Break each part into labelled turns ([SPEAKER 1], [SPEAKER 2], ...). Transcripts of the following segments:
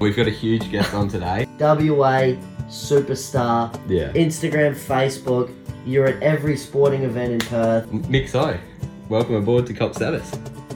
[SPEAKER 1] We've got a huge guest on today.
[SPEAKER 2] WA superstar,
[SPEAKER 1] Yeah.
[SPEAKER 2] Instagram, Facebook. You're at every sporting event in Perth.
[SPEAKER 1] Mick So, welcome aboard to Cop Status.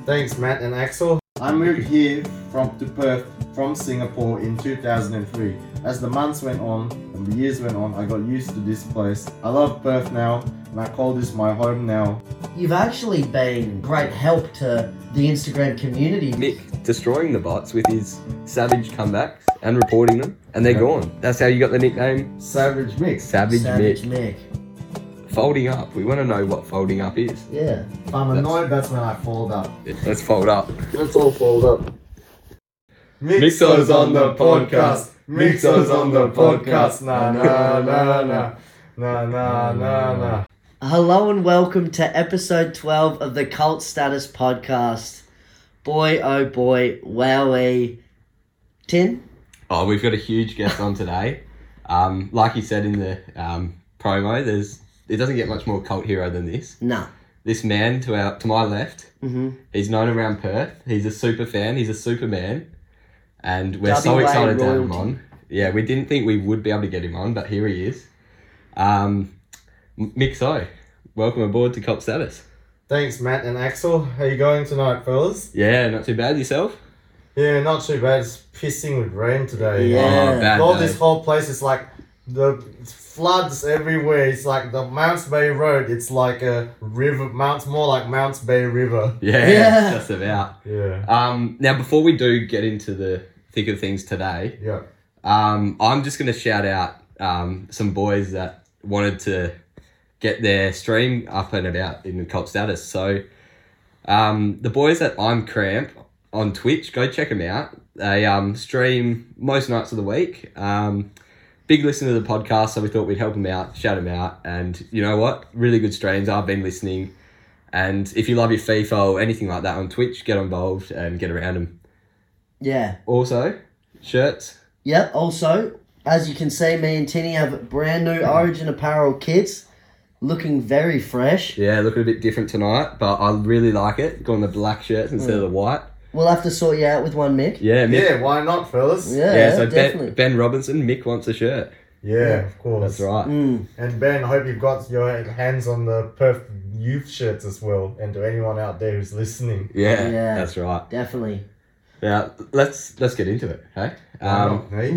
[SPEAKER 3] Thanks, Matt and Axel. I moved here from to Perth from Singapore in 2003. As the months went on and the years went on, I got used to this place. I love Perth now, and I call this my home now.
[SPEAKER 2] You've actually been great help to the Instagram community.
[SPEAKER 1] Mick destroying the bots with his savage comebacks and reporting them, and they're gone. That's how you got the nickname
[SPEAKER 3] Savage mix.
[SPEAKER 1] Savage,
[SPEAKER 2] Savage
[SPEAKER 1] Mick.
[SPEAKER 2] Mick.
[SPEAKER 1] Folding up. We want to know what folding up is.
[SPEAKER 2] Yeah.
[SPEAKER 3] If I'm annoyed, that's when I fold up.
[SPEAKER 1] Let's fold up.
[SPEAKER 3] Let's all fold up.
[SPEAKER 1] Mixo's on the podcast. Mixo's on the podcast.
[SPEAKER 3] Na na na na na na na na.
[SPEAKER 2] Hello and welcome to episode 12 of the Cult Status Podcast. Boy, oh boy, wowie. Tin?
[SPEAKER 1] Oh, we've got a huge guest on today. Um, like you said in the um, promo, there's it doesn't get much more cult hero than this.
[SPEAKER 2] Nah.
[SPEAKER 1] This man to our to my left,
[SPEAKER 2] Mm-hmm.
[SPEAKER 1] he's known around Perth. He's a super fan. He's a superman, and we're so
[SPEAKER 2] WA
[SPEAKER 1] excited to have him
[SPEAKER 2] royalty.
[SPEAKER 1] on. Yeah, we didn't think we would be able to get him on, but here he is. Um, M- Mick So, welcome aboard to Cop Status.
[SPEAKER 3] Thanks, Matt and Axel. How you going tonight, fellas?
[SPEAKER 1] Yeah, not too bad yourself.
[SPEAKER 3] Yeah, not too bad. It's pissing with rain today.
[SPEAKER 2] Yeah.
[SPEAKER 1] Oh, bad
[SPEAKER 3] All
[SPEAKER 1] day.
[SPEAKER 3] this whole place is like the floods everywhere. It's like the Mounts Bay Road. It's like a river. Mounts more like Mounts Bay River.
[SPEAKER 1] yeah,
[SPEAKER 2] Yeah.
[SPEAKER 1] just about.
[SPEAKER 3] Yeah.
[SPEAKER 1] Um, now before we do get into the thick of things today,
[SPEAKER 3] Yeah.
[SPEAKER 1] Um, I'm just going to shout out um, some boys that wanted to get their stream up and about in the cop status. So um, the boys at I'm Cramp on Twitch, go check them out. They um, stream most nights of the week. Um, big listener to the podcast, so we thought we'd help them out, shout them out. And you know what? Really good streams. I've been listening. And if you love your FIFA or anything like that on Twitch, get involved and get around them.
[SPEAKER 2] Yeah.
[SPEAKER 1] Also, shirts.
[SPEAKER 2] Yep, also, as you can see, me and Tinny have brand new Origin Apparel kits looking very fresh.
[SPEAKER 1] Yeah, looking a bit different tonight, but I really like it. Got on the black shirts instead of the white.
[SPEAKER 2] We'll have to sort you out with one, Mick.
[SPEAKER 1] Yeah, Mick.
[SPEAKER 3] Yeah. Why not, fellas?
[SPEAKER 2] Yeah,
[SPEAKER 1] so
[SPEAKER 2] definitely.
[SPEAKER 1] ben, ben Robinson, Mick wants a shirt.
[SPEAKER 3] Yeah, of course.
[SPEAKER 1] That's right.
[SPEAKER 2] Mm.
[SPEAKER 3] And Ben, I hope you've got your hands on the Perth youth shirts as well, and to anyone out there who's listening.
[SPEAKER 1] Yeah,
[SPEAKER 2] Yeah.
[SPEAKER 1] that's right.
[SPEAKER 2] Definitely.
[SPEAKER 1] Now let's let's get into it. Hey,
[SPEAKER 3] Why
[SPEAKER 1] um,
[SPEAKER 3] not, hey?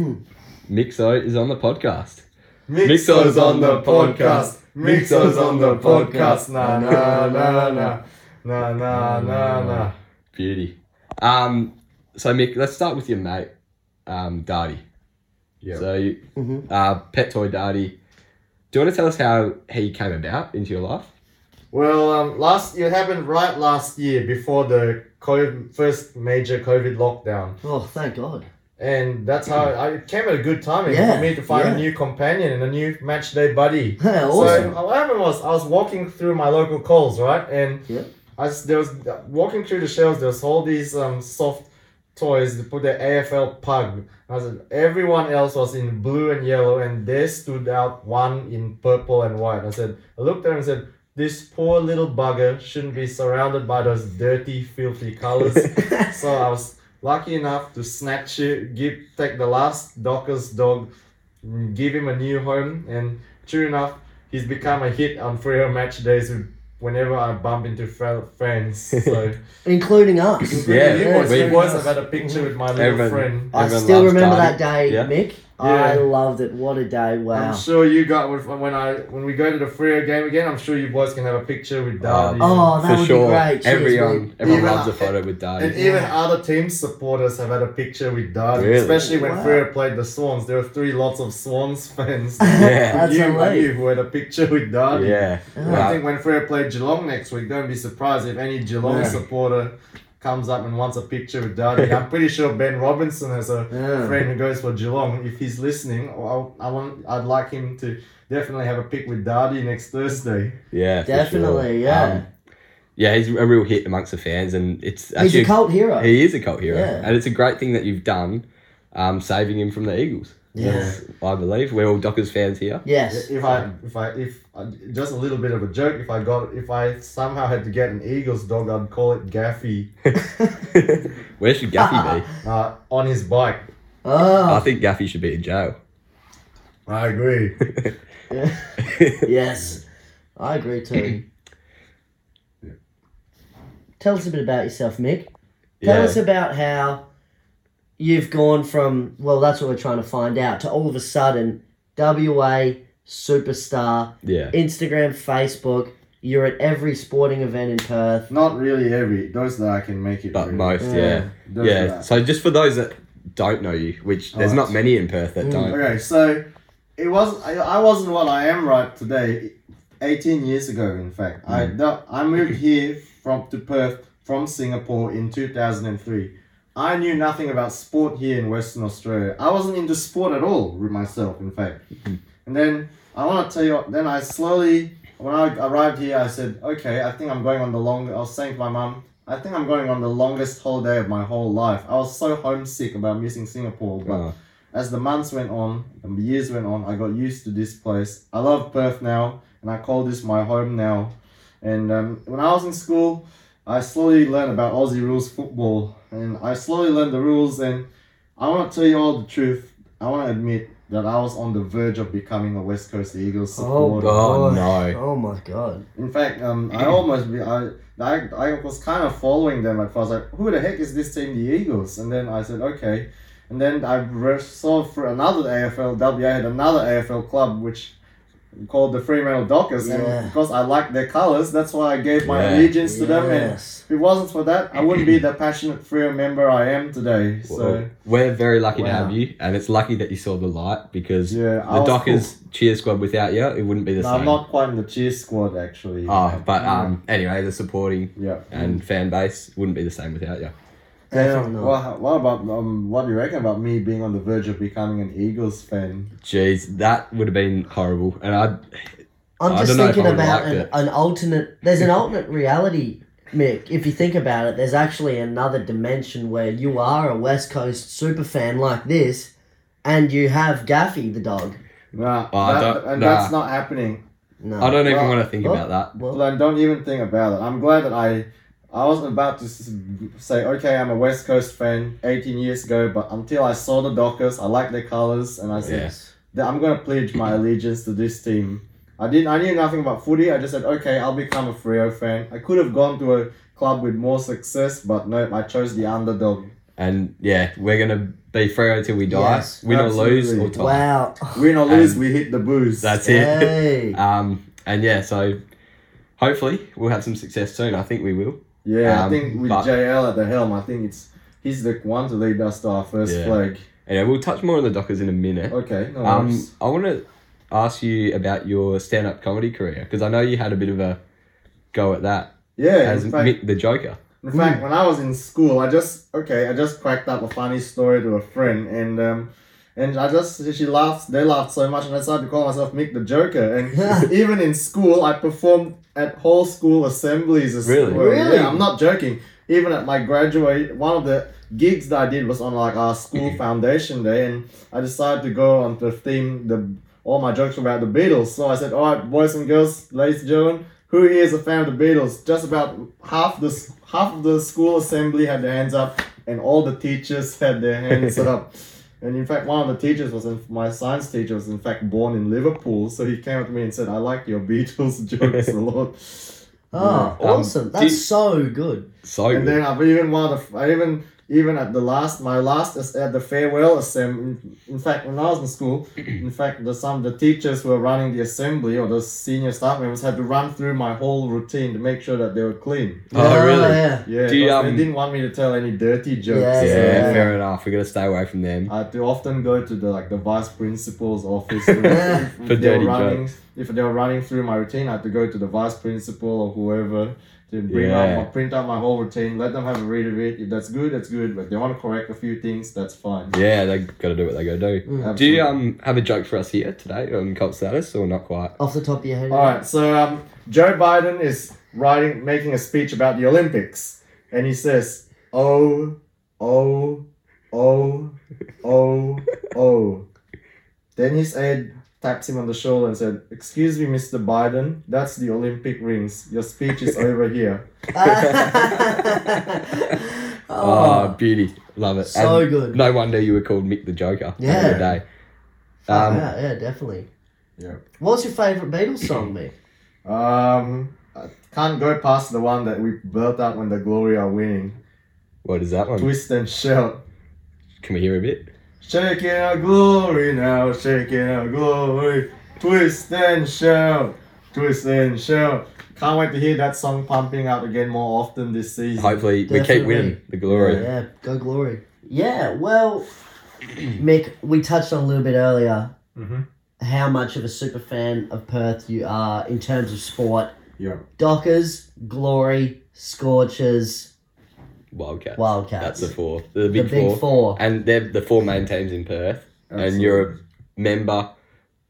[SPEAKER 1] Mixo is on the podcast.
[SPEAKER 3] Mixo's on the podcast. Mixo's on the podcast. Na na na na na na na na.
[SPEAKER 1] Beauty. Um, so Mick, let's start with your mate, um, Darty.
[SPEAKER 3] Yeah.
[SPEAKER 1] So, you-
[SPEAKER 3] Mm-hmm.
[SPEAKER 2] Mhm.
[SPEAKER 1] uh, pet toy Darty. Do you want to tell us how he came about into your life?
[SPEAKER 3] Well, um, last it happened right last year before the COVID, first major COVID lockdown,
[SPEAKER 2] Oh, thank God.
[SPEAKER 3] and that's how I it came at a good timing
[SPEAKER 2] Yeah,
[SPEAKER 3] for me to find
[SPEAKER 2] yeah.
[SPEAKER 3] a new companion and a new match day buddy.
[SPEAKER 2] Yeah,
[SPEAKER 3] So
[SPEAKER 2] awesome.
[SPEAKER 3] what happened was I was walking through my local Coles, right, and
[SPEAKER 2] Yeah.
[SPEAKER 3] I s- there was uh, walking through the shelves. There was all these um soft toys to put the AFL pug. I was, everyone else was in blue and yellow, and they stood out one in purple and white. I said, I looked at him and said, "This poor little bugger shouldn't be surrounded by those dirty, filthy colors." so I was lucky enough to snatch it, give take the last Docker's dog, mm, give him a new home, and true enough, he's become a hit on Freo match days. With whenever I bump into fel- friends, so
[SPEAKER 2] Including us.
[SPEAKER 1] Yeah,
[SPEAKER 3] you
[SPEAKER 1] yeah,
[SPEAKER 3] boys, you
[SPEAKER 1] we-
[SPEAKER 3] boys have had a picture with my little
[SPEAKER 1] Everyone-
[SPEAKER 3] friend.
[SPEAKER 2] I
[SPEAKER 1] Everyone
[SPEAKER 2] still
[SPEAKER 1] loves
[SPEAKER 2] remember
[SPEAKER 1] Darty.
[SPEAKER 2] that day,
[SPEAKER 1] Yeah.
[SPEAKER 2] Mick. I
[SPEAKER 3] Yeah.
[SPEAKER 2] loved it. What a day. Wow.
[SPEAKER 3] I'm sure you got when I when we go to the Freo game again. I'm sure you boys can have a picture with Darby.
[SPEAKER 2] Oh, that
[SPEAKER 1] For
[SPEAKER 2] would
[SPEAKER 1] sure.
[SPEAKER 2] be great. Cheers,
[SPEAKER 1] everyone,
[SPEAKER 2] Mick.
[SPEAKER 1] everyone
[SPEAKER 3] Even
[SPEAKER 1] loves
[SPEAKER 3] I-
[SPEAKER 1] a photo with Darty.
[SPEAKER 3] And even other team supporters have had a picture with Darby,
[SPEAKER 1] Really?
[SPEAKER 3] especially when
[SPEAKER 2] Wow.
[SPEAKER 3] Freo played the Swans. There were three lots of Swans fans.
[SPEAKER 1] Yeah.
[SPEAKER 2] That's
[SPEAKER 3] you,
[SPEAKER 2] elite.
[SPEAKER 3] you who had a picture with Darby.
[SPEAKER 1] Yeah.
[SPEAKER 2] Oh,
[SPEAKER 3] And I think when Freo played Geelong next week, don't be surprised if any Geelong
[SPEAKER 2] Yeah.
[SPEAKER 3] supporter comes up and wants a picture with Darby. I'm pretty sure Ben Robinson has a
[SPEAKER 2] Yeah.
[SPEAKER 3] friend who goes for Geelong. If he's listening, I'll, I want, I'd like him to definitely have a pick with Darby next Thursday.
[SPEAKER 1] Yeah, for sure. Um,
[SPEAKER 2] Definitely, yeah.
[SPEAKER 1] yeah, he's a real hit amongst the fans, and it's actually
[SPEAKER 2] He's a cult hero.
[SPEAKER 1] he is a cult hero,
[SPEAKER 2] Yeah.
[SPEAKER 1] and it's a great thing that you've done, um, saving him from the Eagles.
[SPEAKER 2] Yeah.
[SPEAKER 1] That's- I believe we're all Dockers fans here.
[SPEAKER 2] yes.
[SPEAKER 3] If I, if I, if I, just a little bit of a joke, if I got, if I somehow had to get an Eagles dog, I'd call it Gaffy
[SPEAKER 1] Where should Gaffy be?
[SPEAKER 3] uh, on his bike.
[SPEAKER 1] I
[SPEAKER 2] Oh,
[SPEAKER 1] think Gaffy should be in jail.
[SPEAKER 3] I agree.
[SPEAKER 2] yes. I agree too. Tell us a bit about yourself, Mick. Tell us about how you've gone from, well, that's what we're trying to find out, to all of a sudden, WA superstar,
[SPEAKER 1] yeah.
[SPEAKER 2] Instagram, Facebook, you're at every sporting event in Perth.
[SPEAKER 3] Not really every. Those that I can make it.
[SPEAKER 1] But
[SPEAKER 3] really.
[SPEAKER 1] most,
[SPEAKER 2] Yeah.
[SPEAKER 1] yeah. Yeah.
[SPEAKER 3] Those that-
[SPEAKER 1] So just for those that don't know you, which there's
[SPEAKER 3] Alright.
[SPEAKER 1] not many in Perth that
[SPEAKER 2] Mm.
[SPEAKER 1] don't.
[SPEAKER 3] Okay, so it was I, I wasn't what I am right today. Eighteen years ago, in fact, I that- I moved here from to Perth from Singapore in two thousand and three. I knew nothing about sport here in Western Australia. I wasn't into sport at all with myself, in fact. And then I want to tell you. Then I slowly, when I arrived here, I said, "Okay, I think I'm going on the long." I was saying to my mum, "I think I'm going on the longest holiday of my whole life." I was so homesick about missing Singapore, but
[SPEAKER 1] Oh,
[SPEAKER 3] as the months went on, the years went on, I got used to this place. I love Perth now, and I call this my home now. And um, when I was in school, I slowly learned about Aussie rules football, and I slowly learned the rules. And I want to tell you all the truth. I want to admit that I was on the verge of becoming a West Coast Eagles
[SPEAKER 2] Oh,
[SPEAKER 3] supporter.
[SPEAKER 1] oh,
[SPEAKER 2] boy.
[SPEAKER 1] no.
[SPEAKER 2] Oh my god.
[SPEAKER 3] In fact, um, I almost be, I, I I was kind of following them at first, like who the heck is this team, the Eagles? And then I said okay, and then I re- saw for another AFL WA had another AFL club which called the Fremantle Dockers,
[SPEAKER 2] Yeah.
[SPEAKER 3] and because I liked their colors, that's why I gave my
[SPEAKER 1] Yeah.
[SPEAKER 3] allegiance to them. And
[SPEAKER 2] Yes.
[SPEAKER 3] if it wasn't for that, I wouldn't be the passionate Freo member I am today. So
[SPEAKER 1] Well, We're very lucky to
[SPEAKER 3] Wow.
[SPEAKER 1] have you, and it's lucky that you saw the light because
[SPEAKER 3] yeah, I
[SPEAKER 1] the
[SPEAKER 3] was
[SPEAKER 1] Dockers cheer squad without you, it wouldn't be the
[SPEAKER 3] cool. Oh, No,
[SPEAKER 1] same.
[SPEAKER 3] I'm not quite in the cheer squad actually.
[SPEAKER 1] Oh, but um, anyway, the supporting
[SPEAKER 3] yeah.
[SPEAKER 1] and fan base wouldn't be the same without you.
[SPEAKER 3] Damn.
[SPEAKER 2] Definitely not.
[SPEAKER 3] What, what about um, what do you reckon about me being on the verge of becoming an Eagles fan?
[SPEAKER 1] Jeez, that would have been horrible. And I,
[SPEAKER 2] I'm
[SPEAKER 1] I
[SPEAKER 2] just
[SPEAKER 1] don't know if
[SPEAKER 2] thinking
[SPEAKER 1] I would
[SPEAKER 2] about
[SPEAKER 1] like
[SPEAKER 2] an,
[SPEAKER 1] it.
[SPEAKER 2] an alternate. There's an alternate reality, Mick. If you think about it, there's actually another dimension where you are a West Coast super fan like this, and you have Gaffy the dog.
[SPEAKER 3] Nah,
[SPEAKER 1] Oh, I
[SPEAKER 3] that-
[SPEAKER 1] don't-
[SPEAKER 3] and
[SPEAKER 1] nah.
[SPEAKER 3] that's not happening.
[SPEAKER 2] No,
[SPEAKER 1] I don't even
[SPEAKER 3] Well,
[SPEAKER 1] want to think
[SPEAKER 2] well,
[SPEAKER 1] about that.
[SPEAKER 2] Well,
[SPEAKER 3] Like, don't even think about it. I'm glad that I, I wasn't about to s- say okay, I'm a West Coast fan 18 years ago, but until I saw the Dockers, I like their colors, and I said
[SPEAKER 1] Yeah.
[SPEAKER 3] that I'm gonna pledge my allegiance to this team. I didn't. I knew nothing about footy. I just said okay, I'll become a Freo fan. I could have gone to a club with more success, but no, I chose the underdog.
[SPEAKER 1] And yeah, we're gonna be free until we die,
[SPEAKER 2] Yes,
[SPEAKER 1] win or lose or
[SPEAKER 3] absolutely.
[SPEAKER 1] tie.
[SPEAKER 2] Wow.
[SPEAKER 3] Win or lose,
[SPEAKER 1] And
[SPEAKER 3] we hit the booze.
[SPEAKER 1] That's it.
[SPEAKER 2] Hey.
[SPEAKER 1] Um, and yeah, so hopefully we'll have some success soon. I think we will.
[SPEAKER 3] Yeah,
[SPEAKER 1] Um,
[SPEAKER 3] I think with
[SPEAKER 1] but-
[SPEAKER 3] JL at the helm, I think it's he's the one to lead us to our first
[SPEAKER 1] Yeah.
[SPEAKER 3] flag.
[SPEAKER 1] Anyway, we'll touch more on the Dockers in a minute.
[SPEAKER 3] Okay, no
[SPEAKER 1] Um,
[SPEAKER 3] worries.
[SPEAKER 1] I want to ask you about your stand-up comedy career because I know you had a bit of a go at that
[SPEAKER 3] Yeah,
[SPEAKER 1] as Hmm.
[SPEAKER 3] in fact,
[SPEAKER 1] Mick the Joker.
[SPEAKER 3] in fact, when I was in school, I just okay, I just cracked up a funny story to a friend, and um, and I just she laughed, they laughed so much, and I started to call myself Mick the Joker, and even in school, I performed at whole school assemblies. as
[SPEAKER 1] Really?
[SPEAKER 3] well.
[SPEAKER 2] Really?
[SPEAKER 3] Yeah, I'm not joking. Even at my graduate, one of the gigs that I did was on like our school
[SPEAKER 1] Mm-hmm.
[SPEAKER 3] foundation day, and I decided to go on the theme the all my jokes were about the Beatles. So I said, all right, boys and girls, ladies and gentlemen, who here is a fan of the Beatles? Just about half the s- half of the school assembly had their hands up, and all the teachers had their hands up. And in fact, one of the teachers was in, my science teacher was in fact born in Liverpool, so he came up to me and said, "I like your Beatles jokes a lot."
[SPEAKER 2] oh,
[SPEAKER 1] um,
[SPEAKER 2] awesome. That's
[SPEAKER 1] did-
[SPEAKER 2] so good.
[SPEAKER 1] So
[SPEAKER 3] And
[SPEAKER 1] good.
[SPEAKER 3] then I've even one of the, I even even at the last my last as- at the farewell assembly. In fact, when I was in school, in fact, the, some of the teachers who were running the assembly or the senior staff members had to run through my whole routine to make sure that they were clean.
[SPEAKER 1] oh, really? Yeah,
[SPEAKER 2] Yeah.
[SPEAKER 3] Yeah,
[SPEAKER 1] Do you,
[SPEAKER 3] 'cause
[SPEAKER 1] um,
[SPEAKER 3] they didn't want me to tell any dirty jokes.
[SPEAKER 2] Yeah,
[SPEAKER 3] so
[SPEAKER 2] yeah.
[SPEAKER 1] fair enough. We're gonna stay away from them.
[SPEAKER 3] I had to often go to the like the vice principal's office to- if,
[SPEAKER 1] For
[SPEAKER 3] if they
[SPEAKER 1] dirty
[SPEAKER 3] were running if they were running through my routine. I had to go to the vice principal or whoever to bring
[SPEAKER 1] Yeah.
[SPEAKER 3] out my print out my whole routine. Let them have a read of it. If that's good, that's good. But if they want to correct a few things, that's fine.
[SPEAKER 1] Yeah, they gotta do what they gotta do.
[SPEAKER 2] Mm.
[SPEAKER 1] Do you um have a joke for us here today on cult status or not quite?
[SPEAKER 2] Off the top of your head.
[SPEAKER 3] All right, so um, Joe Biden is writing, making a speech about the Olympics, and he says, "Oh, oh, oh, oh, oh." Then his aide taps him on the shoulder and said, "Excuse me, Mr. Biden, that's the Olympic rings. Your speech is over here."
[SPEAKER 1] Oh, beauty. Love it.
[SPEAKER 2] So good.
[SPEAKER 1] No wonder you were called Mick the Joker. back in
[SPEAKER 2] Yeah.
[SPEAKER 1] The day.
[SPEAKER 2] Fuck
[SPEAKER 1] Um,
[SPEAKER 2] yeah, yeah, definitely.
[SPEAKER 3] Yeah.
[SPEAKER 2] What's your favourite Beatles song, Mick?
[SPEAKER 3] Um, I can't go past the one that we built up when the glory are winning.
[SPEAKER 1] What is that one?
[SPEAKER 3] Twist and shout.
[SPEAKER 1] Can we hear a bit?
[SPEAKER 3] Shaking our glory now, shaking our glory. Twist and shout, twist and shout. Can't wait to hear that song pumping out again more often this season.
[SPEAKER 1] Hopefully we keep
[SPEAKER 2] Definitely.
[SPEAKER 1] winning the glory.
[SPEAKER 2] Yeah, go glory. Yeah, well, Mick, we touched on a little bit earlier
[SPEAKER 3] Mhm.
[SPEAKER 2] how much of a super fan of Perth you are in terms of sport.
[SPEAKER 3] Yeah.
[SPEAKER 2] Dockers, Glory, Scorchers,
[SPEAKER 1] Wildcats.
[SPEAKER 2] Wildcats.
[SPEAKER 1] That's the four. The big,
[SPEAKER 2] the big
[SPEAKER 1] four.
[SPEAKER 2] four.
[SPEAKER 1] And they're the four main teams in Perth. And you're a member,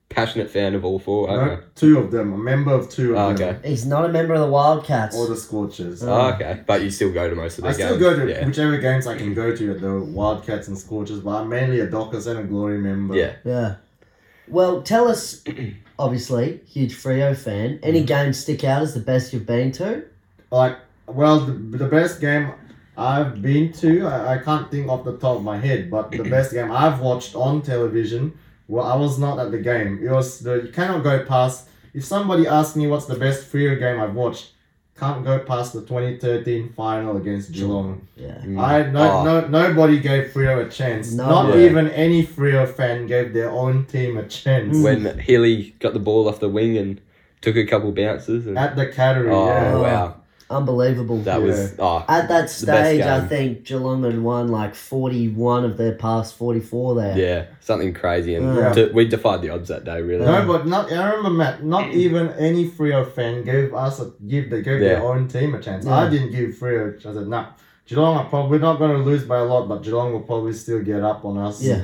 [SPEAKER 1] passionate fan of all four, aren't
[SPEAKER 3] No, two of them, a member of two
[SPEAKER 1] you? Oh,
[SPEAKER 3] of them.
[SPEAKER 1] okay.
[SPEAKER 2] He's not a member of the Wildcats.
[SPEAKER 3] All the scorches.
[SPEAKER 1] Oh, okay. But you still go to most of the
[SPEAKER 3] I
[SPEAKER 1] games.
[SPEAKER 3] still go to
[SPEAKER 1] yeah.
[SPEAKER 3] whichever games I can go to at the Wildcats and Scorchers, but I'm mainly a Dockers and a Glory member.
[SPEAKER 1] Yeah.
[SPEAKER 2] Yeah. Well, tell us, obviously, huge Frio fan. Any game stick out as the best you've been to?
[SPEAKER 3] Like, well, the, the best game I've been to, I, I can't think off the top of my head, but the best game I've watched on television, well, I was not at the game. It was the, you cannot go past, if somebody asks me what's the best Freo game I've watched, can't go past the 2013 final against Geelong.
[SPEAKER 2] Yeah.
[SPEAKER 1] Mm.
[SPEAKER 3] I no,
[SPEAKER 1] Oh.
[SPEAKER 3] no nobody gave Frio a chance.
[SPEAKER 2] No.
[SPEAKER 3] Not
[SPEAKER 1] Yeah.
[SPEAKER 3] even any Frio fan gave their own team a chance
[SPEAKER 1] When Healy got the ball off the wing and took a couple bounces. And,
[SPEAKER 3] at the cattery.
[SPEAKER 1] oh,
[SPEAKER 3] yeah.
[SPEAKER 1] wow.
[SPEAKER 2] Unbelievable.
[SPEAKER 1] That was. Oh,
[SPEAKER 2] At that
[SPEAKER 1] the best
[SPEAKER 2] stage, I
[SPEAKER 1] game.
[SPEAKER 2] think Geelong had won like 41 of their past 44 there.
[SPEAKER 1] yeah. Something crazy. And
[SPEAKER 2] Yeah.
[SPEAKER 1] de- we defied the odds that day, really.
[SPEAKER 3] No, but not. I remember Matt. Not
[SPEAKER 2] Mm.
[SPEAKER 3] even any Frio fan gave us a give. They gave their
[SPEAKER 1] Yeah.
[SPEAKER 3] own team a chance.
[SPEAKER 2] Yeah.
[SPEAKER 3] I didn't give Frio. I said no. Geelong are probably not going to lose by a lot, but Geelong will probably still get up on us.
[SPEAKER 2] Yeah.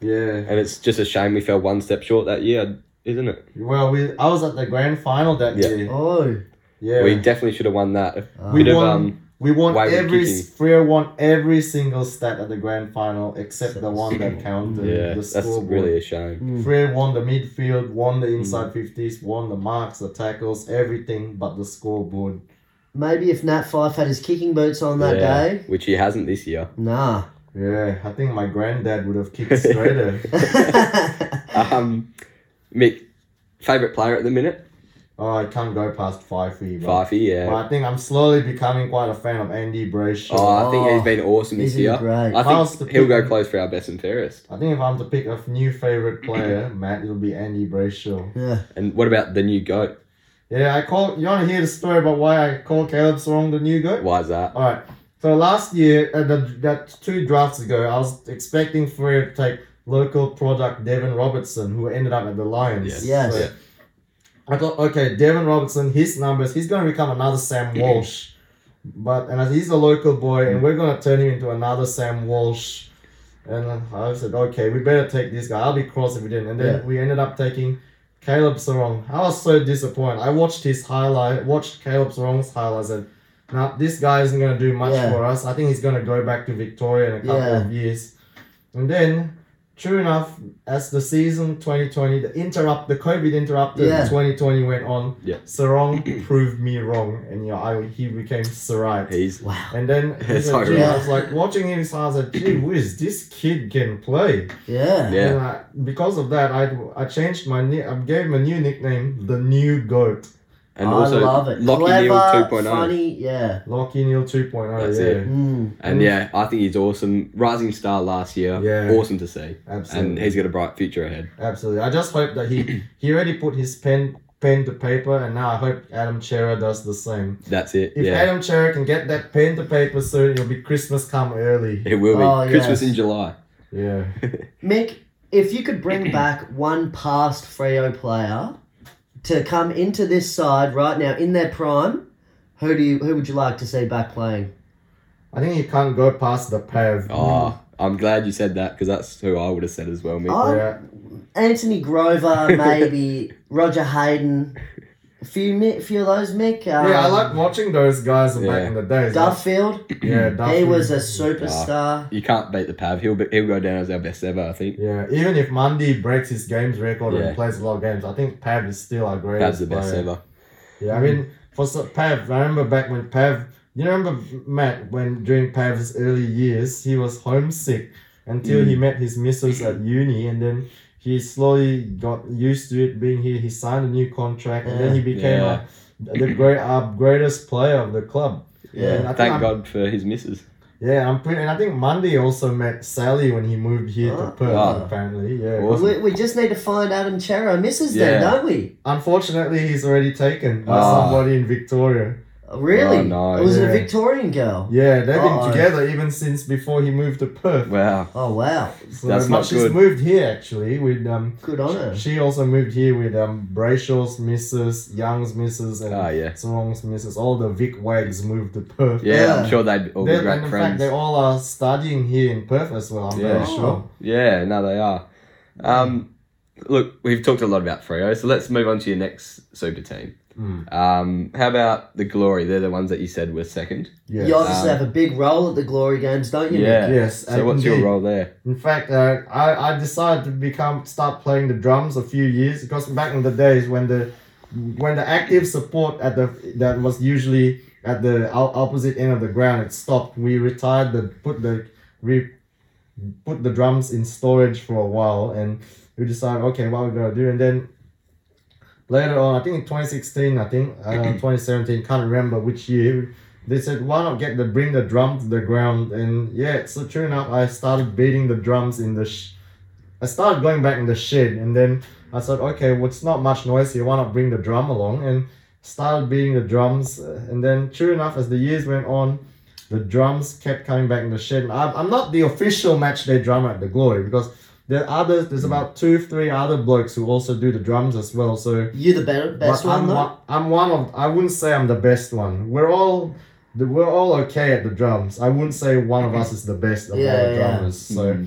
[SPEAKER 3] Yeah.
[SPEAKER 1] And it's just a shame we fell one step short that year, isn't it?
[SPEAKER 3] Well, we I was at the grand final that
[SPEAKER 1] Yeah.
[SPEAKER 3] year.
[SPEAKER 2] Oh.
[SPEAKER 3] Yeah.
[SPEAKER 1] We definitely should have won that.
[SPEAKER 2] uh,
[SPEAKER 3] We
[SPEAKER 1] Bit of,
[SPEAKER 3] won.
[SPEAKER 1] um,
[SPEAKER 3] we won
[SPEAKER 1] Why would
[SPEAKER 3] every
[SPEAKER 1] Kiki-
[SPEAKER 3] Freo won every single stat at the grand final except the one that counted.
[SPEAKER 1] Yeah,
[SPEAKER 3] the
[SPEAKER 1] that's
[SPEAKER 3] scoreboard.
[SPEAKER 1] really a shame.
[SPEAKER 2] mm.
[SPEAKER 3] Freo won the midfield, won the inside fifties, won the marks, the tackles, everything but the scoreboard.
[SPEAKER 2] Maybe if Nat Fife had his kicking boots on that
[SPEAKER 1] Yeah,
[SPEAKER 2] day.
[SPEAKER 1] Which he hasn't this year.
[SPEAKER 2] Nah.
[SPEAKER 3] Yeah, I think my granddad would have kicked straighter.
[SPEAKER 1] Um, Mick, favourite player at the minute?
[SPEAKER 3] oh, I can't go past five for you. But
[SPEAKER 1] Fifey, yeah.
[SPEAKER 3] but I think I'm slowly becoming quite a fan of Andy Brayshaw.
[SPEAKER 1] Oh, I think he's been awesome this
[SPEAKER 2] He's been
[SPEAKER 1] year.
[SPEAKER 2] great.
[SPEAKER 1] I
[SPEAKER 3] Miles the
[SPEAKER 1] think he'll go
[SPEAKER 3] pick.
[SPEAKER 1] close for our best and fairest.
[SPEAKER 3] I think if I'm to pick a new favorite player, Matt, it'll be Andy Brayshaw.
[SPEAKER 2] yeah.
[SPEAKER 1] And what about the new goat?
[SPEAKER 3] Yeah, I call. You want to hear the story about why I call Caleb Sorong the new goat?
[SPEAKER 1] Why is that?
[SPEAKER 3] All right. So last year, uh, the, that two drafts ago, I was expecting Freo to take local product Devin Robertson, who ended up at the Lions.
[SPEAKER 1] Yes.
[SPEAKER 2] Yes.
[SPEAKER 3] So I thought, okay, Devin Robertson, his numbers, he's going to become another Sam Walsh. But and he's a local boy,
[SPEAKER 1] Mm.
[SPEAKER 3] and we're going to turn him into another Sam Walsh. And I said, okay, we better take this guy. I'll be cross if we didn't. And then we ended up taking Caleb Sarong. I was so disappointed. I watched his highlight, watched Caleb Sarong's highlights, and now this guy isn't going to do much
[SPEAKER 2] Yeah.
[SPEAKER 3] for us. I think he's going to go back to Victoria in a couple
[SPEAKER 2] Yeah.
[SPEAKER 3] of years. And then, true enough, as the season 2020, the interrupt, the COVID interrupted
[SPEAKER 2] Yeah.
[SPEAKER 3] 2020 went on.
[SPEAKER 1] Yeah.
[SPEAKER 3] Sarong proved me wrong, and yeah, I he became Sarai.
[SPEAKER 1] He's
[SPEAKER 2] Wow.
[SPEAKER 3] and then he
[SPEAKER 1] It's
[SPEAKER 3] said,
[SPEAKER 1] so
[SPEAKER 3] "Gee," I
[SPEAKER 2] wrong.
[SPEAKER 3] was like watching him, so I was like, gee whiz, this kid can play.
[SPEAKER 2] Yeah.
[SPEAKER 1] Yeah.
[SPEAKER 3] And I, because of that, I I changed my ni- I gave him a new nickname, the new goat,
[SPEAKER 1] and
[SPEAKER 2] I
[SPEAKER 1] also
[SPEAKER 2] love it.
[SPEAKER 1] Lockie Neal oh.
[SPEAKER 2] Clever,
[SPEAKER 1] 2.0.
[SPEAKER 2] funny, yeah.
[SPEAKER 3] Lockie Neal 2.0.
[SPEAKER 1] That's
[SPEAKER 3] oh, yeah,
[SPEAKER 1] it.
[SPEAKER 2] Mm.
[SPEAKER 1] And yeah, I think he's awesome. Rising star last year.
[SPEAKER 3] Yeah.
[SPEAKER 1] Awesome to see.
[SPEAKER 3] absolutely,
[SPEAKER 1] And he's got a bright future ahead.
[SPEAKER 3] absolutely. I just hope that he he already put his pen pen to paper, and now I hope Adam Chera does the same.
[SPEAKER 1] That's it.
[SPEAKER 3] If
[SPEAKER 1] yeah.
[SPEAKER 3] Adam Chera can get that pen to paper soon, it'll be Christmas come early.
[SPEAKER 1] It will be.
[SPEAKER 2] Oh,
[SPEAKER 1] Christmas
[SPEAKER 2] yes.
[SPEAKER 1] in July.
[SPEAKER 3] Yeah.
[SPEAKER 2] Mick, if you could bring back one past Freo player to come into this side right now in their prime, who do you who would you like to see back playing?
[SPEAKER 3] I think you can't go past the pav.
[SPEAKER 1] Oh, I'm glad you said that because that's who I would have said as well, Mick.
[SPEAKER 2] Oh.
[SPEAKER 3] Yeah.
[SPEAKER 2] Anthony Grover, maybe Roger Hayden, a few mi- few of those Mick. Um,
[SPEAKER 3] Yeah, I like watching those guys back
[SPEAKER 1] Yeah.
[SPEAKER 3] in the days.
[SPEAKER 2] Duffield.
[SPEAKER 3] Yeah, Duff.
[SPEAKER 2] He was a superstar.
[SPEAKER 1] You can't beat the Pav. He'll be, he'll go down as our best ever, I think.
[SPEAKER 3] Yeah, even if Mundy breaks his games record
[SPEAKER 1] Yeah.
[SPEAKER 3] and plays a lot of games, I think Pav is still our greatest.
[SPEAKER 1] Pav's the best
[SPEAKER 3] player.
[SPEAKER 1] ever.
[SPEAKER 3] Yeah, I mean, for so- Pav, I remember back when Pav You remember Matt when during Pav's early years he was homesick until
[SPEAKER 1] Mm.
[SPEAKER 3] he met his missus at uni and then he slowly got used to it being here. He signed a new contract and then he became
[SPEAKER 1] Yeah.
[SPEAKER 3] a, the great uh, greatest player of the club. And I
[SPEAKER 1] Yeah.
[SPEAKER 3] think
[SPEAKER 1] Thank
[SPEAKER 3] I'm-
[SPEAKER 1] God for his missus.
[SPEAKER 3] Yeah, I'm pretty, and I think Monday also met Sally when he moved here
[SPEAKER 2] Oh.
[SPEAKER 3] to Perth.
[SPEAKER 1] Oh.
[SPEAKER 3] Apparently, yeah.
[SPEAKER 1] Awesome.
[SPEAKER 2] We, we just need to find Adam Chero misses
[SPEAKER 1] Yeah.
[SPEAKER 2] then, don't we?
[SPEAKER 3] Unfortunately, he's already taken by
[SPEAKER 1] Ah.
[SPEAKER 3] somebody in Victoria.
[SPEAKER 2] Really?
[SPEAKER 1] Oh, no.
[SPEAKER 2] It was it a
[SPEAKER 3] Yeah.
[SPEAKER 2] Victorian girl.
[SPEAKER 3] Yeah, they've
[SPEAKER 2] Uh-oh.
[SPEAKER 1] Oh,
[SPEAKER 3] been together even since before he moved to Perth.
[SPEAKER 1] Wow.
[SPEAKER 2] Oh wow,
[SPEAKER 3] So
[SPEAKER 1] That's not
[SPEAKER 3] she's
[SPEAKER 1] good. Oh,
[SPEAKER 3] moved here actually with um.
[SPEAKER 2] good on her.
[SPEAKER 3] She also moved here with um Brayshaw's missus, Young's missus, and
[SPEAKER 1] Ah, yeah.
[SPEAKER 3] Sarong's missus. All the Vic Wags moved to Perth.
[SPEAKER 1] Yeah,
[SPEAKER 2] Yeah.
[SPEAKER 1] I'm sure they'd all
[SPEAKER 3] They-
[SPEAKER 1] be
[SPEAKER 3] and
[SPEAKER 1] great
[SPEAKER 3] in fact,
[SPEAKER 1] friends.
[SPEAKER 3] they all are studying here in Perth as well. I'm
[SPEAKER 1] Yeah. Oh.
[SPEAKER 3] pretty sure.
[SPEAKER 1] Yeah, no, they are. Um, look, we've talked a lot about Freo, so let's move on to your next super team.
[SPEAKER 3] Mm.
[SPEAKER 1] Um, how about the Glory? They're the ones that you said were second.
[SPEAKER 3] Yes.
[SPEAKER 2] You obviously
[SPEAKER 1] Um,
[SPEAKER 2] have a big role at the Glory Games, don't you?
[SPEAKER 1] Ah, Yeah.
[SPEAKER 2] Nick?
[SPEAKER 3] Yes.
[SPEAKER 1] So what's your
[SPEAKER 3] indeed.
[SPEAKER 1] role there?
[SPEAKER 3] In fact, uh, I, I decided to become start playing the drums a few years because back in the days when the when the active support at the that was usually at the o- opposite end of the ground it stopped. We retired the put the we put the drums in storage for a while and we decided okay what we're gonna do and then later on I think in 2016 I think uh, 2017 can't remember which year they said, why not get the bring the drum to the ground? And yeah, so true enough, I started beating the drums in the. Sh- I started going back in the shed, and then I said, okay, well, it's not much noise here. Why not bring the drum along? And started beating the drums, uh, and then true enough, as the years went on, the drums kept coming back in the shed. And I'm, I'm not the official match day drummer at the Glory because there are others. There's about two, three other blokes who also do the drums as well. So
[SPEAKER 2] You the better, best
[SPEAKER 3] but
[SPEAKER 2] one
[SPEAKER 3] I'm
[SPEAKER 2] though.
[SPEAKER 3] one, I'm one of. I wouldn't say I'm the best one. We're all, the- we're all okay at the drums. I wouldn't say one of us is the best of all
[SPEAKER 2] Yeah,
[SPEAKER 3] the
[SPEAKER 2] yeah.
[SPEAKER 3] drummers.
[SPEAKER 1] Mm-hmm.
[SPEAKER 3] So,
[SPEAKER 1] Mm.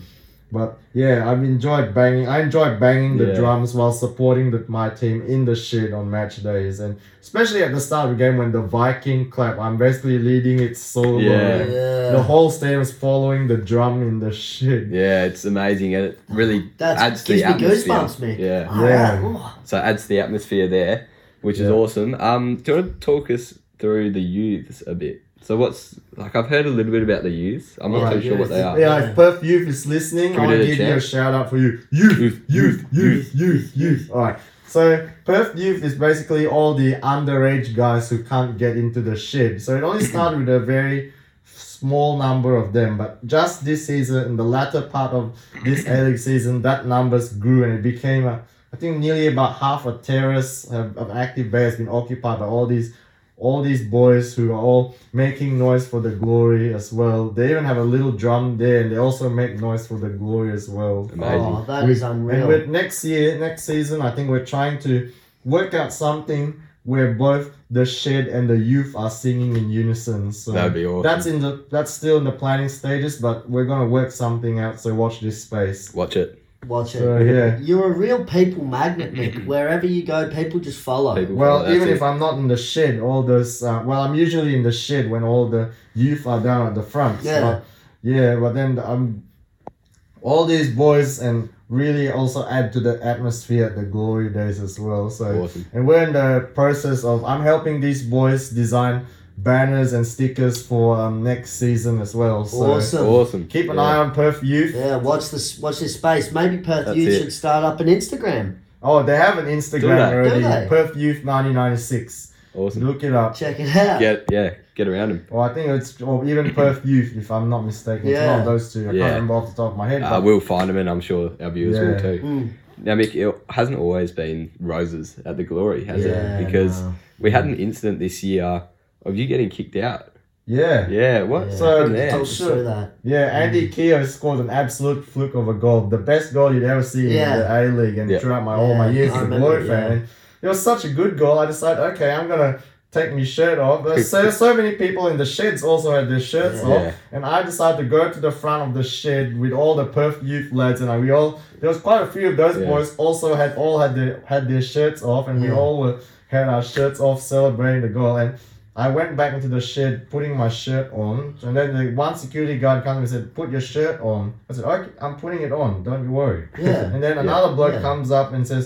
[SPEAKER 3] but yeah, I've enjoyed banging. I enjoy banging the
[SPEAKER 1] Yeah.
[SPEAKER 3] drums while supporting the, my team in the shit on match days, and especially at the start of the game when the Viking clap. I'm basically leading it solo.
[SPEAKER 1] Yeah.
[SPEAKER 3] and
[SPEAKER 2] Yeah.
[SPEAKER 3] The whole stadium is following the drum in the shit.
[SPEAKER 1] Yeah, it's amazing, and it really
[SPEAKER 2] That's-
[SPEAKER 1] adds to the
[SPEAKER 2] gives me
[SPEAKER 1] atmosphere.
[SPEAKER 2] goosebumps, Mick. Oh,
[SPEAKER 1] Yeah,
[SPEAKER 2] All
[SPEAKER 3] Yeah.
[SPEAKER 2] right. Ooh.
[SPEAKER 1] so it adds to the atmosphere there, which is
[SPEAKER 3] Yeah.
[SPEAKER 1] awesome. Um, do you want to talk us through the youths a bit? So what's like I've heard a little bit about the youths. I'm not
[SPEAKER 3] Alright,
[SPEAKER 1] too sure what they
[SPEAKER 2] youths.
[SPEAKER 1] are.
[SPEAKER 3] Yeah, if Perth Youth is listening,
[SPEAKER 1] Give
[SPEAKER 3] I
[SPEAKER 1] it
[SPEAKER 3] want
[SPEAKER 1] a
[SPEAKER 3] to give you a
[SPEAKER 1] chance.
[SPEAKER 3] shout out for you. Youth, youth, youth, youth, youth, youth. All right. So Perth Youth is basically all the underage guys who can't get into the shed. So it only started with a very small number of them, but just this season, in the latter part of this A League season, that numbers grew and it became a. I think nearly about half a terrace of, of active bay has been occupied by all these all these boys who are all making noise for the glory as well. They even have a little drum there, and they also make noise for the glory as well.
[SPEAKER 1] Amazing.
[SPEAKER 2] Oh, that is unreal.
[SPEAKER 3] And with next year, next season, I think we're trying to work out something where both the shed and the youth are singing in unison. So
[SPEAKER 1] That'd be awesome.
[SPEAKER 3] That's in the that's still in the planning stages, but we're gonna work something out. So watch this space.
[SPEAKER 1] Watch it.
[SPEAKER 2] Watch it.
[SPEAKER 3] So yeah.
[SPEAKER 2] You're a real people magnet, Mick. Wherever you go, people just follow.
[SPEAKER 1] People follow,
[SPEAKER 3] Well,
[SPEAKER 1] that's
[SPEAKER 3] even
[SPEAKER 1] it.
[SPEAKER 3] if I'm not in the shed, all those. Uh, well, I'm usually in the shed when all the youth are down at the front.
[SPEAKER 2] Yeah.
[SPEAKER 3] But, yeah, but then I'm. All these boys and really also add to the atmosphere at the glory days as well. So
[SPEAKER 1] awesome.
[SPEAKER 3] and we're in the process of i'm helping these boys design banners and stickers for um, next season as well so
[SPEAKER 2] awesome.
[SPEAKER 1] Awesome.
[SPEAKER 3] keep an
[SPEAKER 1] Yeah.
[SPEAKER 3] eye on perth youth
[SPEAKER 2] Yeah, watch this. Watch this space. Maybe Perth
[SPEAKER 1] That's
[SPEAKER 2] Youth
[SPEAKER 1] it.
[SPEAKER 2] should start up an Instagram.
[SPEAKER 3] oh they have an instagram
[SPEAKER 1] Do they?
[SPEAKER 3] already
[SPEAKER 2] Do they?
[SPEAKER 3] perth youth 1996
[SPEAKER 1] Awesome.
[SPEAKER 3] look it up
[SPEAKER 2] Check it out.
[SPEAKER 1] Get yeah, get around him.
[SPEAKER 3] or i think it's or even perth youth if i'm not mistaken it's
[SPEAKER 2] Yeah.
[SPEAKER 3] not those two i
[SPEAKER 1] Yeah.
[SPEAKER 3] can't remember off the top of my head
[SPEAKER 1] Uh,
[SPEAKER 3] but
[SPEAKER 1] we'll find him, and I'm sure our viewers will
[SPEAKER 3] Yeah.
[SPEAKER 1] too.
[SPEAKER 2] Mm.
[SPEAKER 1] Now, Mick, it hasn't always been roses at the glory, has
[SPEAKER 2] Yeah,
[SPEAKER 1] it? Because
[SPEAKER 2] no.
[SPEAKER 1] we had an incident this year of you getting kicked out.
[SPEAKER 3] yeah
[SPEAKER 1] Yeah, what?
[SPEAKER 2] Yeah.
[SPEAKER 1] Yeah.
[SPEAKER 3] So-
[SPEAKER 2] Talk
[SPEAKER 1] there?
[SPEAKER 2] us through that.
[SPEAKER 3] Yeah, Andy Keogh scored an absolute fluke of a goal, the best goal you'd ever seen
[SPEAKER 2] Yeah.
[SPEAKER 3] in the A League and
[SPEAKER 1] Yeah.
[SPEAKER 3] throughout my all
[SPEAKER 2] Yeah,
[SPEAKER 3] my years
[SPEAKER 2] I
[SPEAKER 3] as a
[SPEAKER 2] remember,
[SPEAKER 3] Glory fan. And It was such a good goal. I decided, okay, I'm gonna take my shirt off. But so so many people in the sheds also had their shirts
[SPEAKER 2] Yeah.
[SPEAKER 3] off,
[SPEAKER 1] Yeah.
[SPEAKER 3] and I decided to go to the front of the shed with all the Perth youth lads, and we all there was quite a few of those
[SPEAKER 1] Yeah.
[SPEAKER 3] boys also had all had their had their shirts off, and we
[SPEAKER 2] Yeah.
[SPEAKER 3] all were, had our shirts off celebrating the goal and. I went back into the shed, putting my shirt on, and then the one security guard comes and said, "Put your shirt on." I said, "Okay, I'm putting it on. Don't you worry."
[SPEAKER 2] Yeah.
[SPEAKER 3] And then another bloke
[SPEAKER 2] yeah.
[SPEAKER 3] comes up and says,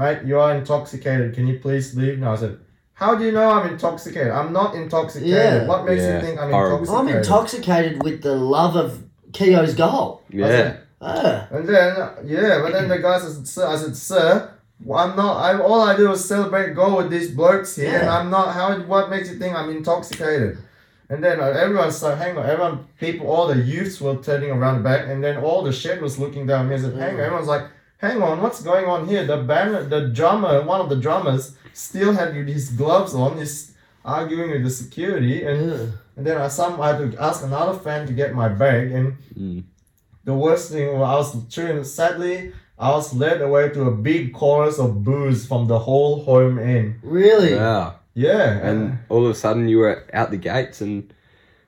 [SPEAKER 3] "Mate, you are intoxicated. Can you please leave?" And I said, How do you know I'm intoxicated? I'm not intoxicated.
[SPEAKER 2] Yeah.
[SPEAKER 3] What makes
[SPEAKER 1] Yeah.
[SPEAKER 3] you think I'm
[SPEAKER 1] Horrible.
[SPEAKER 2] I'm
[SPEAKER 3] intoxicated?
[SPEAKER 2] intoxicated with the love of Keo's goal.
[SPEAKER 1] Yeah.
[SPEAKER 2] Ah.
[SPEAKER 3] And then yeah, but then the guy says, "Sir," I said, "Sir, I'm not. I'm all I do is celebrate goal with these blokes here, and
[SPEAKER 2] Yeah.
[SPEAKER 3] I'm not. How? What makes you think I'm intoxicated?" And then uh, everyone started, hang on, everyone, people, all the youths were turning around the back, and then all the shit was looking down at me and said, hang on,
[SPEAKER 2] Mm.
[SPEAKER 3] everyone's like, hang on, what's going on here? The banner, the drummer, one of the drummers still had his gloves on, he's arguing with the security, and
[SPEAKER 2] Ugh.
[SPEAKER 3] and then I some I had to ask another fan to get my bag, and
[SPEAKER 1] Mm.
[SPEAKER 3] the worst thing was I was truly sadly I was led away to a big chorus of boos from the whole home end.
[SPEAKER 2] Really?
[SPEAKER 1] Wow.
[SPEAKER 3] Yeah,
[SPEAKER 1] And all of a sudden you were out the gates and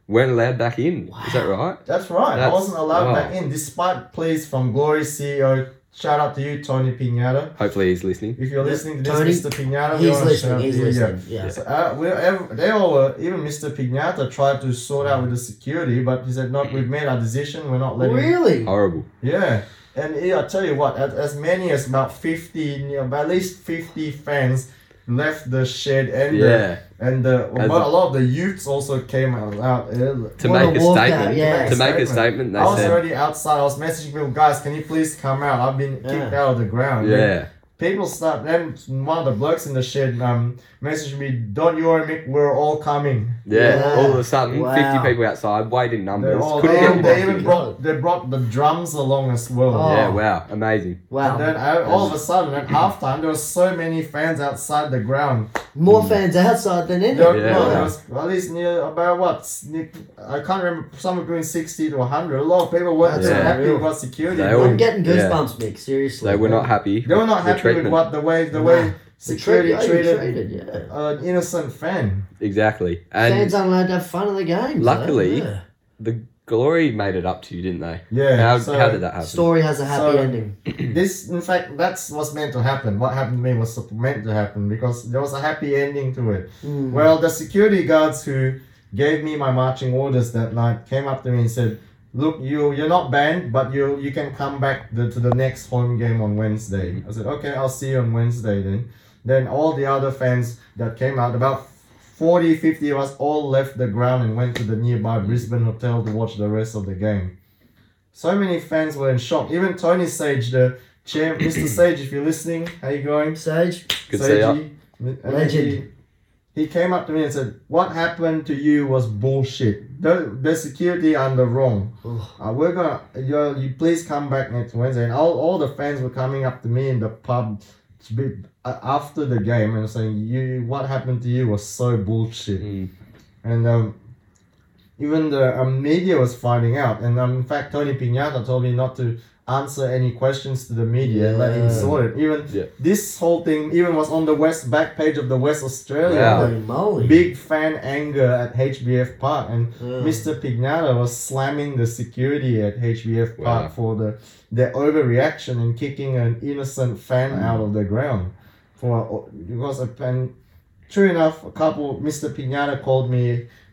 [SPEAKER 1] weren't allowed back in. Is that right?
[SPEAKER 3] that's right. I
[SPEAKER 1] That's-
[SPEAKER 3] wasn't allowed
[SPEAKER 1] wow.
[SPEAKER 3] back in despite pleas from Glory CEO. Shout out to you, Tony Pinata.
[SPEAKER 1] Hopefully he's listening.
[SPEAKER 3] If you're
[SPEAKER 2] Yeah,
[SPEAKER 3] listening to
[SPEAKER 2] Tony,
[SPEAKER 3] this, Mr. Pinata, we
[SPEAKER 2] He's
[SPEAKER 3] wanna shout
[SPEAKER 2] listening.
[SPEAKER 3] out
[SPEAKER 2] He's
[SPEAKER 3] to you. Yeah.
[SPEAKER 2] listening. Yeah.
[SPEAKER 3] So, uh, we, ev- they all were, even Mr. Pignata tried to sort out with the security, but he said, "No, we've made our decision. We're not letting
[SPEAKER 2] Really?
[SPEAKER 1] Horrible.
[SPEAKER 3] Yeah, and yeah, I tell you what, as, as many as about fifty, you know, at least fifty fans left the shed, and
[SPEAKER 1] Yeah.
[SPEAKER 3] the, and the
[SPEAKER 1] As
[SPEAKER 3] but
[SPEAKER 1] a-
[SPEAKER 3] a lot of the youths also came out. out uh,
[SPEAKER 1] To
[SPEAKER 2] What a
[SPEAKER 1] make a
[SPEAKER 2] walkout,
[SPEAKER 1] statement.
[SPEAKER 2] yeah.
[SPEAKER 1] To make a statement,
[SPEAKER 3] I
[SPEAKER 1] they
[SPEAKER 3] was
[SPEAKER 1] said,
[SPEAKER 3] already outside. I was messaging people, guys, can you please come out? I've been kicked
[SPEAKER 2] Yeah.
[SPEAKER 3] out of the ground.
[SPEAKER 1] yeah.
[SPEAKER 3] People start. Then one of the blokes in the shed um messaged me, "Don't you worry, Mick, we're all coming."
[SPEAKER 1] Yeah,
[SPEAKER 2] Yeah.
[SPEAKER 1] all of a sudden,
[SPEAKER 2] Wow.
[SPEAKER 1] 50 people outside, weighed in
[SPEAKER 3] They,
[SPEAKER 1] numbers.
[SPEAKER 3] all,
[SPEAKER 1] Couldn't
[SPEAKER 3] they,
[SPEAKER 1] get
[SPEAKER 3] they
[SPEAKER 2] them
[SPEAKER 1] back
[SPEAKER 2] in.
[SPEAKER 3] even
[SPEAKER 1] in.
[SPEAKER 3] brought they brought the drums along as well.
[SPEAKER 2] Oh.
[SPEAKER 1] Yeah, wow, amazing.
[SPEAKER 2] Wow.
[SPEAKER 3] And then
[SPEAKER 1] Um,
[SPEAKER 3] I, all of a sudden at halftime, there was so many fans outside the ground.
[SPEAKER 2] More fans outside than in.
[SPEAKER 3] There,
[SPEAKER 1] Yeah.
[SPEAKER 3] no, there was at least near about what sneak- I can't remember. Somewhere between sixty to hundred. A lot of people weren't so
[SPEAKER 1] Yeah.
[SPEAKER 3] happy with what security.
[SPEAKER 1] They
[SPEAKER 3] did.
[SPEAKER 1] all-
[SPEAKER 2] I'm getting
[SPEAKER 1] Yeah.
[SPEAKER 2] goosebumps, Mick. Seriously.
[SPEAKER 1] They were not happy.
[SPEAKER 3] they were not
[SPEAKER 1] with the
[SPEAKER 3] happy with
[SPEAKER 1] treatment.
[SPEAKER 3] what the way the
[SPEAKER 2] Nah.
[SPEAKER 3] way
[SPEAKER 2] The
[SPEAKER 3] security
[SPEAKER 2] treat- oh, you
[SPEAKER 3] treated,
[SPEAKER 2] treated, yeah.
[SPEAKER 3] an innocent fan.
[SPEAKER 1] Exactly.
[SPEAKER 2] fans
[SPEAKER 1] And
[SPEAKER 2] aren't allowed to have fun in the game. so,
[SPEAKER 1] Luckily-
[SPEAKER 2] yeah.
[SPEAKER 1] the glory made it up to you, didn't they?
[SPEAKER 3] Yeah.
[SPEAKER 1] How,
[SPEAKER 3] so
[SPEAKER 1] how did that happen?
[SPEAKER 2] story has a happy
[SPEAKER 3] So-
[SPEAKER 2] ending.
[SPEAKER 3] This, in fact, that's what's meant to happen. What happened to me was meant to happen because there was a happy ending to it.
[SPEAKER 2] Mm.
[SPEAKER 3] Well, the security guards who gave me my marching orders that night came up to me and said, "Look, you you're not banned, but you you can come back the, to the next home game on Wednesday." I said, "Okay, I'll see you on Wednesday then." Then all the other fans that came out, about 40, 50 of us, all left the ground and went to the nearby Brisbane hotel to watch the rest of the game. So many fans were in shock. Even Tony Sage, the champ, Mr. Sage, if you're listening, how you going?
[SPEAKER 2] Sage,
[SPEAKER 1] Good
[SPEAKER 3] So
[SPEAKER 1] see ya.
[SPEAKER 3] he- and then
[SPEAKER 2] Legend.
[SPEAKER 3] He, he came up to me and said, "What happened to you was bullshit. The, the security are in the wrong.
[SPEAKER 2] Ugh.
[SPEAKER 3] Uh, we're gonna, you you please come back next Wednesday." And all, all the fans were coming up to me in the pub to be- uh, after the game and saying, "You, what happened to you was so bullshit."
[SPEAKER 1] Mm.
[SPEAKER 3] And um, even the um, media was finding out. And um, in fact, Tony Pinata told me not to answer any questions to the media and let him
[SPEAKER 2] Yeah.
[SPEAKER 3] sort it. Even
[SPEAKER 1] Yeah.
[SPEAKER 3] this whole thing even was on the West back page of the West Australia.
[SPEAKER 1] Wow.
[SPEAKER 2] holy moly.
[SPEAKER 3] The Big fan anger at HBF Park, and
[SPEAKER 2] Mm.
[SPEAKER 3] Mr. Pignata was slamming the security at HBF Park
[SPEAKER 1] Wow.
[SPEAKER 3] for the their overreaction and kicking an innocent fan out of the ground. For because a and true enough, a couple Mr. Pignata called me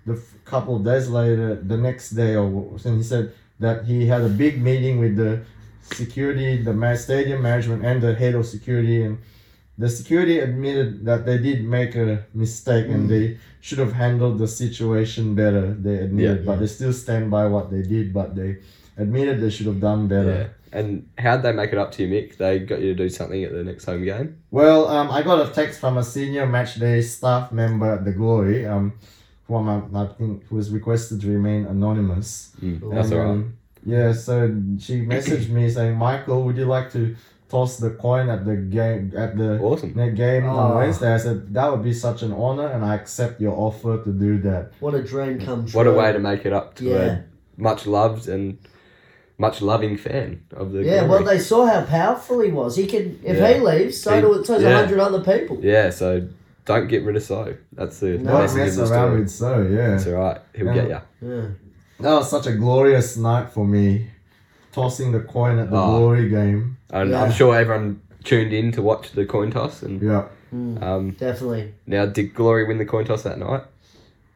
[SPEAKER 3] the f- couple of days later, the next day, or and he said that he had a big meeting with the security, the ma- stadium management, and the head of security and. The security admitted that they did make a mistake and they should have handled the situation better. They admitted,
[SPEAKER 1] Mm. Yeah.
[SPEAKER 3] but they still stand by what they did. But they admitted they should have done better.
[SPEAKER 1] Yeah. And how'd they make it up to you, Mick? They got you to do something at the next home game?
[SPEAKER 3] Well, um, I got a text from a senior match day staff member at the Glory, um, who I'm, I think who was requested to remain anonymous.
[SPEAKER 1] Mm.
[SPEAKER 2] Ooh.
[SPEAKER 1] That's
[SPEAKER 3] And,
[SPEAKER 1] all right.
[SPEAKER 3] um, yeah, so she messaged me saying, "Michael, would you like to toss the coin at the game at the
[SPEAKER 1] Awesome.
[SPEAKER 3] net game on
[SPEAKER 2] Oh.
[SPEAKER 3] Wednesday?" I said, "That would be such an honor, and I accept your offer to do that."
[SPEAKER 2] What a dream come true.
[SPEAKER 1] What a way to make it up to
[SPEAKER 2] Yeah.
[SPEAKER 1] a much loved and much loving fan of the
[SPEAKER 2] Yeah, well,
[SPEAKER 1] glory.
[SPEAKER 2] they saw how powerful he was. He can, if
[SPEAKER 1] Yeah.
[SPEAKER 2] he leaves, so
[SPEAKER 1] He-
[SPEAKER 2] do so does a
[SPEAKER 1] yeah.
[SPEAKER 2] hundred other people.
[SPEAKER 1] yeah, so don't get rid of So. That's the
[SPEAKER 2] No,
[SPEAKER 3] Don't
[SPEAKER 1] message
[SPEAKER 3] mess
[SPEAKER 1] of the
[SPEAKER 3] around
[SPEAKER 1] story.
[SPEAKER 3] with so yeah.
[SPEAKER 1] It's all right. He'll
[SPEAKER 3] Yeah.
[SPEAKER 1] get you.
[SPEAKER 2] Yeah.
[SPEAKER 3] That was such a glorious night for me, tossing the coin at the
[SPEAKER 1] Oh.
[SPEAKER 2] Ah.
[SPEAKER 3] Glory game.
[SPEAKER 1] And
[SPEAKER 2] Yeah.
[SPEAKER 1] I'm sure everyone tuned in to watch the coin toss. And
[SPEAKER 3] Yeah,
[SPEAKER 2] Mm,
[SPEAKER 1] um,
[SPEAKER 2] definitely.
[SPEAKER 1] now, did Glory win the coin toss that night?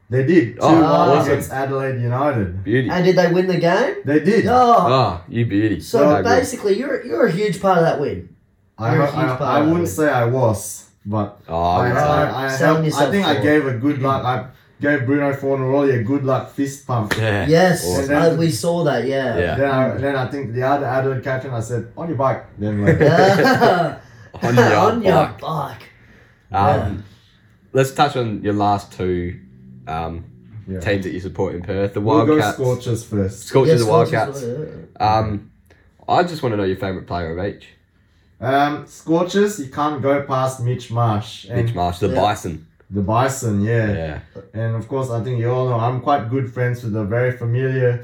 [SPEAKER 3] they did two
[SPEAKER 1] Oh,
[SPEAKER 3] one
[SPEAKER 2] awesome.
[SPEAKER 3] against Adelaide United.
[SPEAKER 1] Beauty.
[SPEAKER 2] And did they win the game?
[SPEAKER 3] They did.
[SPEAKER 2] Oh,
[SPEAKER 1] Ah, you beauty.
[SPEAKER 2] so
[SPEAKER 1] good.
[SPEAKER 2] basically, you're you're a huge part of that win.
[SPEAKER 3] I,
[SPEAKER 2] You're a
[SPEAKER 3] I,
[SPEAKER 2] huge
[SPEAKER 3] I
[SPEAKER 2] fan.
[SPEAKER 3] wouldn't say I was. But
[SPEAKER 1] Oh,
[SPEAKER 3] I,
[SPEAKER 1] it's like-
[SPEAKER 3] I, I, helped-
[SPEAKER 2] Selling
[SPEAKER 3] I
[SPEAKER 2] yourself
[SPEAKER 3] think I
[SPEAKER 2] forward.
[SPEAKER 3] gave a good luck. I gave Bruno Fornaroli a good luck fist pump.
[SPEAKER 1] yeah.
[SPEAKER 2] Yes,
[SPEAKER 1] Awesome.
[SPEAKER 2] uh, we saw that. Yeah.
[SPEAKER 1] Yeah.
[SPEAKER 3] Then I, then I think the other Adelaide captain, I said, on your bike. Then like,
[SPEAKER 1] On your bike.
[SPEAKER 2] bike.
[SPEAKER 1] Um, Let's touch on your last two um,
[SPEAKER 3] yeah.
[SPEAKER 1] teams that you support in Perth. The
[SPEAKER 3] we'll go
[SPEAKER 1] Wildcats.
[SPEAKER 3] Scorchers first.
[SPEAKER 1] Scorchers
[SPEAKER 2] Yes,
[SPEAKER 1] the
[SPEAKER 2] Scorchers,
[SPEAKER 1] Wildcats.
[SPEAKER 2] uh,
[SPEAKER 1] Um, I just want to know your favourite player of each.
[SPEAKER 3] Um, Scorchers, you can't go past Mitch Marsh and
[SPEAKER 1] Mitch Marsh, the
[SPEAKER 2] Yeah.
[SPEAKER 1] Bison.
[SPEAKER 3] the Bison,
[SPEAKER 1] Yeah.
[SPEAKER 3] And of course, I think you all know I'm quite good friends with a very familiar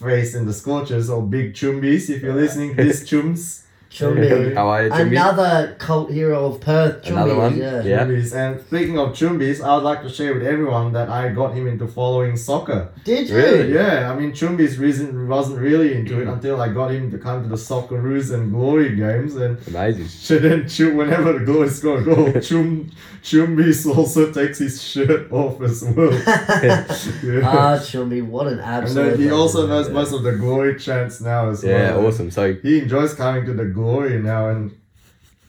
[SPEAKER 3] face in the Scorchers or Big Chumbies. If you're listening to this, Chums.
[SPEAKER 2] Chumbi.
[SPEAKER 1] How are you, Jimmy?
[SPEAKER 2] Another cult hero of Perth. Chumbi.
[SPEAKER 1] Another one?
[SPEAKER 2] Yeah.
[SPEAKER 1] Yeah.
[SPEAKER 3] Chumbies. And speaking of Chumbies, I would like to share with everyone that I got him into following soccer.
[SPEAKER 2] Did you?
[SPEAKER 1] Really?
[SPEAKER 3] Yeah, I mean, Chumbies reason- wasn't really into
[SPEAKER 1] Mm.
[SPEAKER 3] it until I got him to come to the Socceroos and Glory games. And
[SPEAKER 1] Amazing.
[SPEAKER 3] so then, Chum, whenever the Glory score a goal, Oh, Chum, Chumbies also takes his shirt off as well. Yeah.
[SPEAKER 2] Ah, Chumbi, what an
[SPEAKER 3] And then
[SPEAKER 2] absolute.
[SPEAKER 3] he also knows
[SPEAKER 1] yeah.
[SPEAKER 3] most of the glory chants now as
[SPEAKER 1] Yeah,
[SPEAKER 3] well.
[SPEAKER 1] awesome. So, a
[SPEAKER 3] He enjoys coming to the glory now, and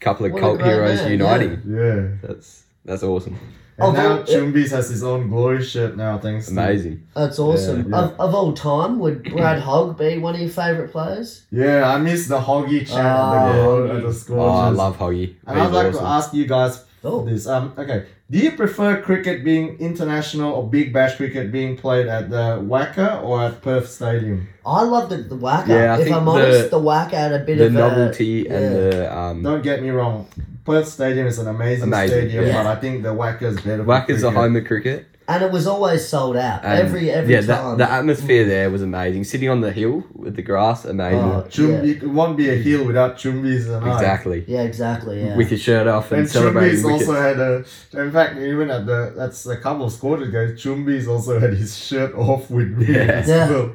[SPEAKER 1] couple of
[SPEAKER 2] What a
[SPEAKER 1] cult
[SPEAKER 2] great
[SPEAKER 1] heroes
[SPEAKER 2] man,
[SPEAKER 1] uniting.
[SPEAKER 3] yeah.
[SPEAKER 1] That's that's awesome.
[SPEAKER 3] And
[SPEAKER 2] Of
[SPEAKER 3] now
[SPEAKER 2] all-
[SPEAKER 3] Chumbies has his own glory shirt now, thanks. to-
[SPEAKER 1] Oh, Amazing.
[SPEAKER 2] That's awesome.
[SPEAKER 3] Yeah, yeah.
[SPEAKER 2] Of, of all time, would Brad Hogg be one of your favourite players?
[SPEAKER 3] yeah, I miss the Hoggy chant at the
[SPEAKER 2] Oh,
[SPEAKER 3] goal at
[SPEAKER 2] Hoggy.
[SPEAKER 3] the
[SPEAKER 1] Oh,
[SPEAKER 3] score.
[SPEAKER 1] I love Hoggy. He's
[SPEAKER 3] And I'd like to
[SPEAKER 1] awesome.
[SPEAKER 3] ask you guys
[SPEAKER 2] Oh.
[SPEAKER 3] this. Um, okay. Do you prefer cricket being international or Big Bash cricket being played at the Wacker or at Perth Stadium?
[SPEAKER 2] I love the, the whacker.
[SPEAKER 1] Yeah, I
[SPEAKER 2] if
[SPEAKER 1] think
[SPEAKER 2] I'm
[SPEAKER 1] the-
[SPEAKER 2] honest, the whacker had a bit
[SPEAKER 1] the
[SPEAKER 2] of
[SPEAKER 1] novelty
[SPEAKER 2] a,
[SPEAKER 1] and
[SPEAKER 2] yeah.
[SPEAKER 1] the um,
[SPEAKER 3] Don't get me wrong. Perth Stadium is an amazing,
[SPEAKER 1] Amazing,
[SPEAKER 3] stadium,
[SPEAKER 2] yeah.
[SPEAKER 3] but I think the Wacker is better. for
[SPEAKER 1] Wackers are
[SPEAKER 3] cricket.
[SPEAKER 1] home of cricket.
[SPEAKER 2] and it was always sold out
[SPEAKER 1] and-
[SPEAKER 2] every every
[SPEAKER 1] yeah,
[SPEAKER 2] time.
[SPEAKER 1] That, the atmosphere there was amazing. Sitting on the hill with the grass, amazing.
[SPEAKER 2] Oh,
[SPEAKER 3] Chumbi, it won't be a hill without Chumbies and I.
[SPEAKER 1] exactly.
[SPEAKER 2] yeah, exactly. Yeah.
[SPEAKER 1] With your shirt off and,
[SPEAKER 3] And
[SPEAKER 1] celebrating
[SPEAKER 3] Chumbi's
[SPEAKER 1] wickets.
[SPEAKER 3] also had a. In fact, even at the that's a couple of squads ago, Chumbi's also had his shirt off with me
[SPEAKER 1] Yeah.
[SPEAKER 3] as
[SPEAKER 2] Yeah.
[SPEAKER 3] well.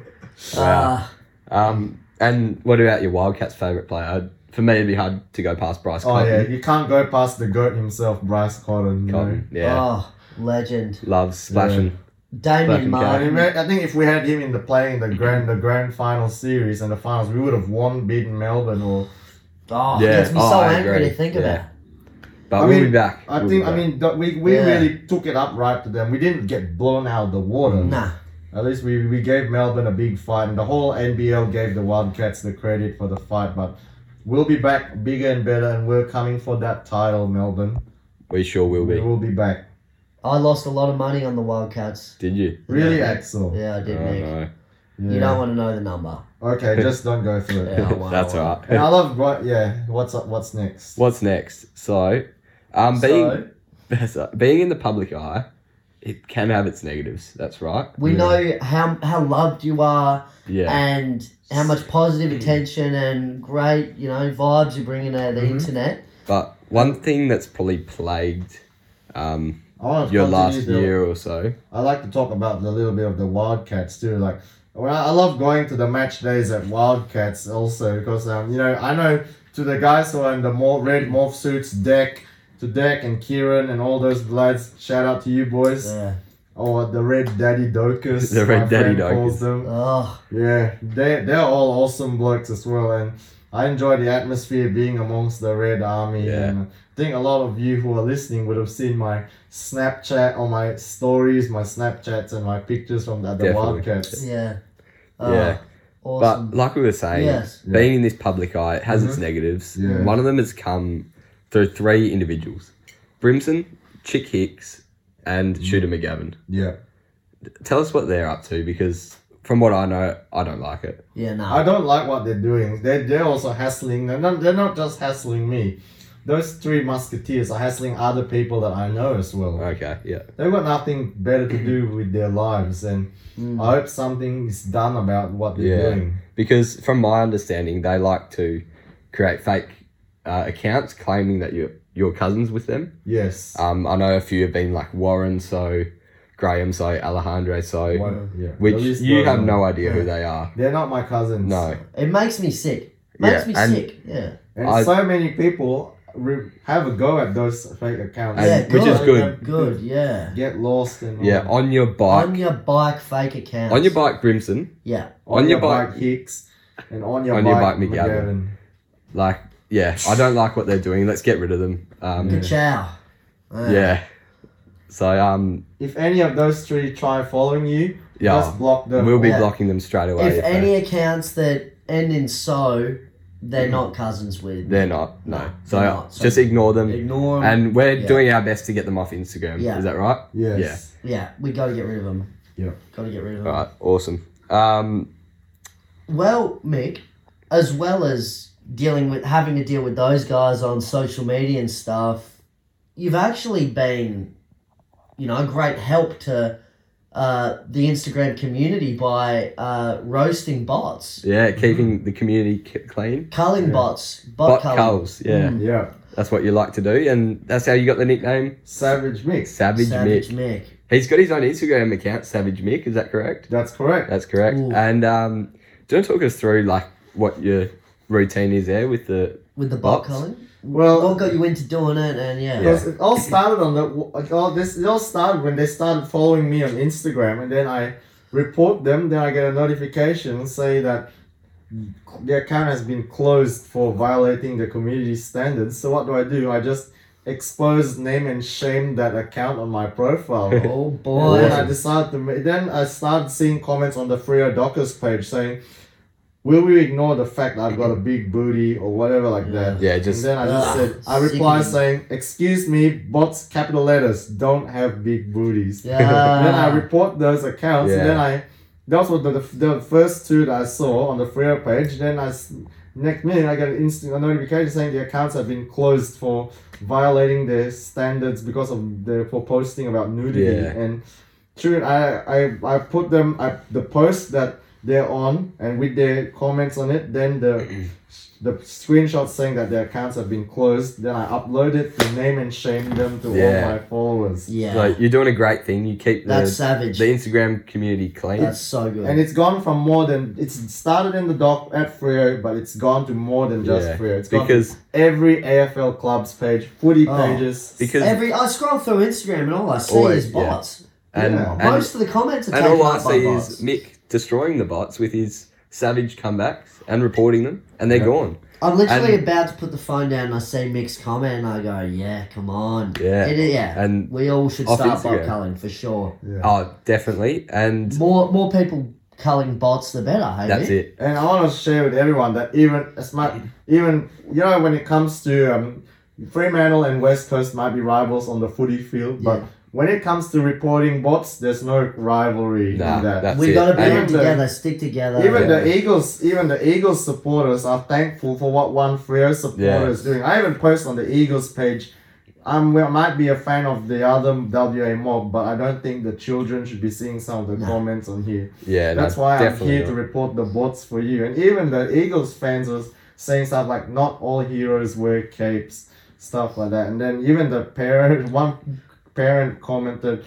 [SPEAKER 2] Ah,
[SPEAKER 1] Um, and what about your Wildcats' favourite player? I'd- For me, it'd be hard to go past Bryce
[SPEAKER 3] Oh yeah,
[SPEAKER 1] Cotton.
[SPEAKER 3] you can't go past the goat himself, Bryce Cotton. you know.
[SPEAKER 1] Cotton, yeah.
[SPEAKER 2] oh, legend.
[SPEAKER 1] Loves splashing.
[SPEAKER 2] Damien
[SPEAKER 3] And
[SPEAKER 1] Fucking
[SPEAKER 3] in
[SPEAKER 2] Martin.
[SPEAKER 3] fact, I think if we had him in the playing
[SPEAKER 2] Mm-hmm.
[SPEAKER 3] the grand the grand final series and the finals, we would have won, beaten Melbourne or.
[SPEAKER 2] Oh,
[SPEAKER 1] Yeah,
[SPEAKER 2] it gets me
[SPEAKER 1] oh,
[SPEAKER 2] so
[SPEAKER 1] I
[SPEAKER 2] angry
[SPEAKER 1] agree.
[SPEAKER 2] to think
[SPEAKER 1] Yeah.
[SPEAKER 2] about.
[SPEAKER 1] But
[SPEAKER 3] I
[SPEAKER 1] we'll
[SPEAKER 3] mean,
[SPEAKER 1] be back.
[SPEAKER 3] I
[SPEAKER 1] We'll be
[SPEAKER 3] think I
[SPEAKER 1] back.
[SPEAKER 3] mean th- we, we
[SPEAKER 2] Yeah.
[SPEAKER 3] really took it up right to them. We didn't get blown out of the water.
[SPEAKER 2] Nah.
[SPEAKER 3] At least we, we gave Melbourne a big fight, and the whole NBL gave the Wildcats the credit for the fight. But we'll be back bigger and better, and we're coming for that title, Melbourne.
[SPEAKER 1] we sure will
[SPEAKER 3] We
[SPEAKER 1] be.
[SPEAKER 3] will be back.
[SPEAKER 2] I lost a lot of money on the Wildcats.
[SPEAKER 1] Did you?
[SPEAKER 3] Really,
[SPEAKER 2] Yeah.
[SPEAKER 3] Axel?
[SPEAKER 2] Yeah, I
[SPEAKER 1] Oh,
[SPEAKER 2] did, Nick.
[SPEAKER 1] no.
[SPEAKER 3] Yeah.
[SPEAKER 2] You don't want to know the number.
[SPEAKER 3] okay, just don't go through it.
[SPEAKER 2] Yeah, I won't,
[SPEAKER 1] That's
[SPEAKER 2] I won't.
[SPEAKER 1] all
[SPEAKER 3] And I
[SPEAKER 1] right.
[SPEAKER 3] love what. Yeah, what's up? What's next?
[SPEAKER 1] What's next? So, um, being
[SPEAKER 3] So,
[SPEAKER 1] so, being in the public eye, it can have its negatives. That's right.
[SPEAKER 2] We
[SPEAKER 3] Yeah.
[SPEAKER 2] know how how loved you are
[SPEAKER 1] Yeah.
[SPEAKER 2] and how much positive
[SPEAKER 3] mm.
[SPEAKER 2] attention and great you know vibes you bring into the
[SPEAKER 3] Mhm.
[SPEAKER 2] internet.
[SPEAKER 1] But one thing that's probably plagued um,
[SPEAKER 3] I want to
[SPEAKER 1] your last
[SPEAKER 3] continue the-
[SPEAKER 1] year or so.
[SPEAKER 3] I like to talk about a little bit of the Wildcats too. Like, well, I love going to the match days at Wildcats also because um, you know, I know to the guys who are in the more red morph suits, Deck, to Deck and Kieran and all those lads. Shout out to you boys.
[SPEAKER 2] Yeah.
[SPEAKER 3] Or the Red Daddy Dokers.
[SPEAKER 1] The Red
[SPEAKER 3] my
[SPEAKER 1] Daddy
[SPEAKER 3] friend calls them.
[SPEAKER 2] Oh,
[SPEAKER 3] Yeah, they they're all awesome blokes as well, and I enjoy the atmosphere being amongst the Red Army.
[SPEAKER 1] Yeah.
[SPEAKER 3] And I think a lot of you who are listening would have seen my Snapchat or my stories, my Snapchats, and my pictures from the, the
[SPEAKER 1] Definitely.
[SPEAKER 3] Wildcats.
[SPEAKER 2] yeah.
[SPEAKER 1] Yeah.
[SPEAKER 2] Oh, awesome.
[SPEAKER 1] But like we were saying,
[SPEAKER 2] Yes.
[SPEAKER 1] being in this public eye, it has its
[SPEAKER 3] Mhm.
[SPEAKER 1] negatives.
[SPEAKER 3] Yeah.
[SPEAKER 1] One of them has come through three individuals Brimson, Chick Hicks, and Shooter McGavin.
[SPEAKER 3] Yeah,
[SPEAKER 1] Tell us what they're up to because, from what I know, I don't like it.
[SPEAKER 2] yeah, no.
[SPEAKER 3] I don't like what they're doing. They they're also hassling. They're not, they're not just hassling me. Those three musketeers are hassling other people that I know as well.
[SPEAKER 1] Okay, yeah.
[SPEAKER 3] They've got nothing better to do with their lives, and
[SPEAKER 2] Mm.
[SPEAKER 3] I hope something is done about what they're
[SPEAKER 1] Yeah.
[SPEAKER 3] doing.
[SPEAKER 1] Because, from my understanding, they like to create fake uh, accounts claiming that you're, you're cousins with them.
[SPEAKER 3] Yes.
[SPEAKER 1] Um, I know a few have been like Warren, so Graham, so Alejandro, so.
[SPEAKER 3] One- yeah. The
[SPEAKER 1] Which
[SPEAKER 3] least
[SPEAKER 1] you
[SPEAKER 3] one.
[SPEAKER 1] have no idea who they are.
[SPEAKER 3] They're not my cousins.
[SPEAKER 1] No.
[SPEAKER 2] It makes me sick. Makes
[SPEAKER 1] Yeah,
[SPEAKER 2] me
[SPEAKER 1] and-
[SPEAKER 2] sick. Yeah.
[SPEAKER 3] And
[SPEAKER 1] I-
[SPEAKER 3] so many people re- have a go at those fake accounts.
[SPEAKER 1] And-
[SPEAKER 2] yeah.
[SPEAKER 1] which is good.
[SPEAKER 2] Good. Yeah.
[SPEAKER 3] Get lost and all.
[SPEAKER 1] Yeah, on your bike.
[SPEAKER 2] On your bike, fake account.
[SPEAKER 1] On your bike, Brimson,
[SPEAKER 2] Yeah.
[SPEAKER 1] on your bike-
[SPEAKER 3] Hicks and on your
[SPEAKER 1] on your
[SPEAKER 3] bike,
[SPEAKER 1] bike, McGavin.
[SPEAKER 3] McGavin.
[SPEAKER 1] like yeah, I don't like what they're doing. Let's get rid of them. Um,
[SPEAKER 2] Ka-chow. Uh,
[SPEAKER 1] yeah. So um,
[SPEAKER 3] If any of those three try following you,
[SPEAKER 1] yeah,
[SPEAKER 3] just block them.
[SPEAKER 1] we'll be
[SPEAKER 2] Yeah.
[SPEAKER 1] blocking them straight away.
[SPEAKER 2] If
[SPEAKER 1] they-
[SPEAKER 2] any accounts that end in so, they're
[SPEAKER 1] Mm.
[SPEAKER 2] not cousins with.
[SPEAKER 1] they're not, no.
[SPEAKER 2] No,
[SPEAKER 1] So,
[SPEAKER 2] they're not. So-
[SPEAKER 1] just ignore them,
[SPEAKER 2] Ignore 'em.
[SPEAKER 1] and we're
[SPEAKER 2] Yeah.
[SPEAKER 1] doing our best to get them off Instagram.
[SPEAKER 2] Yeah.
[SPEAKER 1] Is that right?
[SPEAKER 3] Yes.
[SPEAKER 2] yeah, we got to get rid of them.
[SPEAKER 3] Yeah.
[SPEAKER 2] Got to get rid of them.
[SPEAKER 1] All right. Awesome. Um,
[SPEAKER 2] Well, Mick, as well as dealing with having to deal with those guys on social media and stuff, you've actually been, you know, a great help to uh, the Instagram community by uh, roasting bots,
[SPEAKER 1] yeah, keeping the community c- clean.
[SPEAKER 2] culling
[SPEAKER 3] Yeah.
[SPEAKER 2] bots,
[SPEAKER 1] Bot
[SPEAKER 2] Mm-hmm. bot, culling.
[SPEAKER 1] culls. Yeah,
[SPEAKER 2] Mm.
[SPEAKER 3] Yeah. yeah.
[SPEAKER 1] that's what you like to do, and that's how you got the nickname
[SPEAKER 3] Savage mix.
[SPEAKER 1] Savage,
[SPEAKER 2] Savage
[SPEAKER 1] Mick.
[SPEAKER 2] Mick.
[SPEAKER 1] He's got his own Instagram account, Savage Mick. Is that correct?
[SPEAKER 3] That's correct.
[SPEAKER 1] That's correct.
[SPEAKER 2] Ooh.
[SPEAKER 1] And um, do you want to talk us through like what your routine is there with the
[SPEAKER 2] With the bot
[SPEAKER 1] Bots? Oh.
[SPEAKER 2] culling?
[SPEAKER 3] Well-
[SPEAKER 2] what got you into doing it? And yeah.
[SPEAKER 1] Yeah.
[SPEAKER 3] Because it all started on the like all this it all started when they started following me on Instagram and then I report them then I get a notification say that the account has been closed for violating the community standards so what do I do I just expose name and shame that account on my profile
[SPEAKER 2] Oh
[SPEAKER 3] and
[SPEAKER 2] boy.
[SPEAKER 3] then I decided to ma- then I started seeing comments on the Freer Dockers page saying will we ignore the fact I've got a big booty or whatever like that
[SPEAKER 1] yeah just ah,
[SPEAKER 3] and then I just
[SPEAKER 2] Ugh,
[SPEAKER 3] said, I reply
[SPEAKER 2] sickening.
[SPEAKER 3] saying, "Excuse me, bots capital letters don't have big booties."
[SPEAKER 2] Yeah.
[SPEAKER 3] Then I report those accounts,
[SPEAKER 1] Ah. Yeah.
[SPEAKER 3] and then I those were the, the, the first two that I saw on the Freer page. Then I s- next minute I got an instant a notification saying the accounts have been closed for violating their standards because of the for posting about nudity
[SPEAKER 1] Yeah.
[SPEAKER 3] and true. I, I I put them I the post that they're on and with their comments on it then the the screenshot saying that their accounts have been closed then i upload it to name and shame them to
[SPEAKER 1] Yeah.
[SPEAKER 3] all my followers
[SPEAKER 2] yeah.
[SPEAKER 1] like you're doing a great thing. You keep the
[SPEAKER 2] That's savage.
[SPEAKER 1] the Instagram community clean.
[SPEAKER 2] That's so good.
[SPEAKER 3] and it's gone from more than it's started in the doc at Freo, but it's gone to more than just
[SPEAKER 1] Yeah,
[SPEAKER 3] Freo. It's gone to
[SPEAKER 1] because
[SPEAKER 3] every AFL club's page, footy
[SPEAKER 2] Oh.
[SPEAKER 3] pages.
[SPEAKER 1] because
[SPEAKER 2] Every I scroll through Instagram and all I see
[SPEAKER 1] Always,
[SPEAKER 2] is
[SPEAKER 1] yeah.
[SPEAKER 2] bots.
[SPEAKER 1] and
[SPEAKER 3] Yeah.
[SPEAKER 1] and,
[SPEAKER 2] Most of the comments are
[SPEAKER 1] and
[SPEAKER 2] taken
[SPEAKER 1] all I
[SPEAKER 2] up by
[SPEAKER 1] see
[SPEAKER 2] bots.
[SPEAKER 1] is Mick destroying the bots with his savage comebacks and reporting them, and they're
[SPEAKER 3] Yeah.
[SPEAKER 1] gone.
[SPEAKER 2] I'm literally
[SPEAKER 1] and-
[SPEAKER 2] about to put the phone down and I see Mick's comment and I go, yeah, come on.
[SPEAKER 1] Yeah.
[SPEAKER 2] It- yeah.
[SPEAKER 1] And
[SPEAKER 2] we all should
[SPEAKER 1] off
[SPEAKER 2] start bot
[SPEAKER 1] Instagram.
[SPEAKER 2] culling for sure.
[SPEAKER 3] Yeah.
[SPEAKER 1] oh, definitely. And
[SPEAKER 2] More more people culling bots, the better. Hey,
[SPEAKER 1] that's
[SPEAKER 2] Mick?
[SPEAKER 1] it.
[SPEAKER 3] And I want to share with everyone that even as much, even you know, when it comes to um, Fremantle and West Coast might be rivals on the footy field, but
[SPEAKER 2] Yeah.
[SPEAKER 3] when it comes to reporting bots, there's no rivalry
[SPEAKER 1] Nah,
[SPEAKER 3] in that.
[SPEAKER 1] that's
[SPEAKER 2] we
[SPEAKER 1] it.
[SPEAKER 2] got to be
[SPEAKER 1] And-
[SPEAKER 2] in
[SPEAKER 3] And-
[SPEAKER 2] together, stick together.
[SPEAKER 3] uh, even
[SPEAKER 1] Yeah.
[SPEAKER 3] the Eagles, even the Eagles supporters are thankful for what one Freo supporter
[SPEAKER 1] Yeah.
[SPEAKER 3] is doing. I even post on the Eagles page. I'm, well, I might be a fan of the other WA mob, but I don't think the children should be seeing some of the
[SPEAKER 2] No.
[SPEAKER 3] comments on here.
[SPEAKER 1] yeah, no,
[SPEAKER 3] That's why I'm
[SPEAKER 1] definitely
[SPEAKER 3] here
[SPEAKER 1] not.
[SPEAKER 3] to report the bots for you. And even the Eagles fans was saying stuff like, "Not all heroes wear capes," stuff like that. And then even the parent, one parent commented,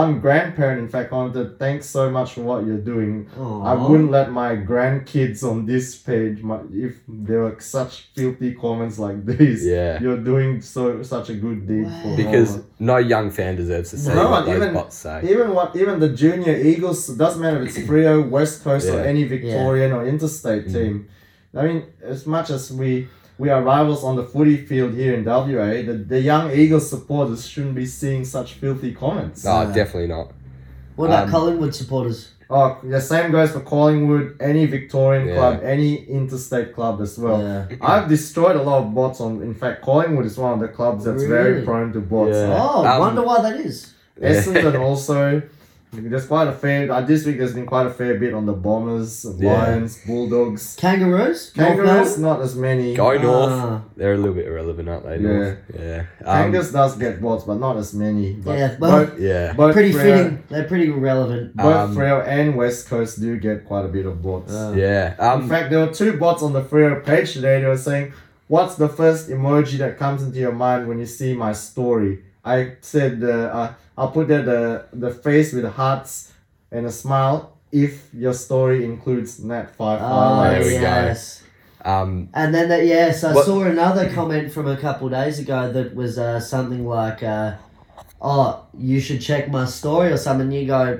[SPEAKER 3] one grandparent in fact commented, "Thanks so much for what you're doing.
[SPEAKER 2] Aw.
[SPEAKER 1] Uh-huh.
[SPEAKER 3] I wouldn't let my grandkids on this page my, if there were such filthy comments like these.
[SPEAKER 1] Yeah.
[SPEAKER 3] You're doing so such a good deed for
[SPEAKER 1] Because
[SPEAKER 3] all."
[SPEAKER 1] no young fan deserves to say
[SPEAKER 3] No,
[SPEAKER 1] what
[SPEAKER 3] and
[SPEAKER 1] those
[SPEAKER 3] even-
[SPEAKER 1] bots say.
[SPEAKER 3] Even what even the junior Eagles doesn't matter if it's Frio, West Coast, or
[SPEAKER 1] Yeah. Mm.
[SPEAKER 3] any Victorian or interstate team. I mean, as much as we we are rivals on the footy field here in WA, the, the young Eagles supporters shouldn't be seeing such filthy comments.
[SPEAKER 1] No,
[SPEAKER 2] uh,
[SPEAKER 1] definitely not.
[SPEAKER 2] What about
[SPEAKER 1] um,
[SPEAKER 2] Collingwood supporters?
[SPEAKER 3] Oh, the same goes for Collingwood, any Victorian
[SPEAKER 1] Yeah.
[SPEAKER 3] club, any interstate club as well.
[SPEAKER 2] Yeah.
[SPEAKER 3] I've destroyed a lot of bots on. In fact, Collingwood is one of the clubs that's very
[SPEAKER 2] Really?
[SPEAKER 3] prone to bots. Uh,
[SPEAKER 1] Yeah.
[SPEAKER 2] Oh,
[SPEAKER 1] Um,
[SPEAKER 2] wonder why that is.
[SPEAKER 3] Essendon also. There's quite a fair. Uh, this week there's been quite a fair bit on the Bombers,
[SPEAKER 1] Yeah.
[SPEAKER 3] Lions, Bulldogs,
[SPEAKER 2] Kangaroos? North
[SPEAKER 3] Kangaroos.
[SPEAKER 2] Melbourne?
[SPEAKER 3] Not as many.
[SPEAKER 1] Go north.
[SPEAKER 2] Ah.
[SPEAKER 1] They're a little bit irrelevant, aren't they?
[SPEAKER 3] Yeah.
[SPEAKER 1] North? Yeah. Um,
[SPEAKER 3] Kangas does get bots, but not as many. But
[SPEAKER 2] Yeah, well-
[SPEAKER 3] both,
[SPEAKER 1] yeah.
[SPEAKER 3] both
[SPEAKER 2] Pretty
[SPEAKER 3] Freo-
[SPEAKER 2] fitting. They're pretty relevant.
[SPEAKER 3] Both
[SPEAKER 1] Um,
[SPEAKER 3] Freo and West Coast do get quite a bit of bots.
[SPEAKER 2] Uh,
[SPEAKER 1] Yeah.
[SPEAKER 3] In
[SPEAKER 1] Um,
[SPEAKER 3] fact, there were two bots on the Freo page today. They were saying, "What's the first emoji that comes into your mind when you see my story?" I said, uh, uh, "I'll put there the the face with hearts and a smile if your story includes Nat Five
[SPEAKER 2] Oh,
[SPEAKER 1] Ah, there we go.
[SPEAKER 2] yes.
[SPEAKER 1] um,
[SPEAKER 2] And then that yes, I
[SPEAKER 1] What-
[SPEAKER 2] saw another comment from a couple days ago that was uh, something like, uh, "Oh, you should check my story" or something. You go,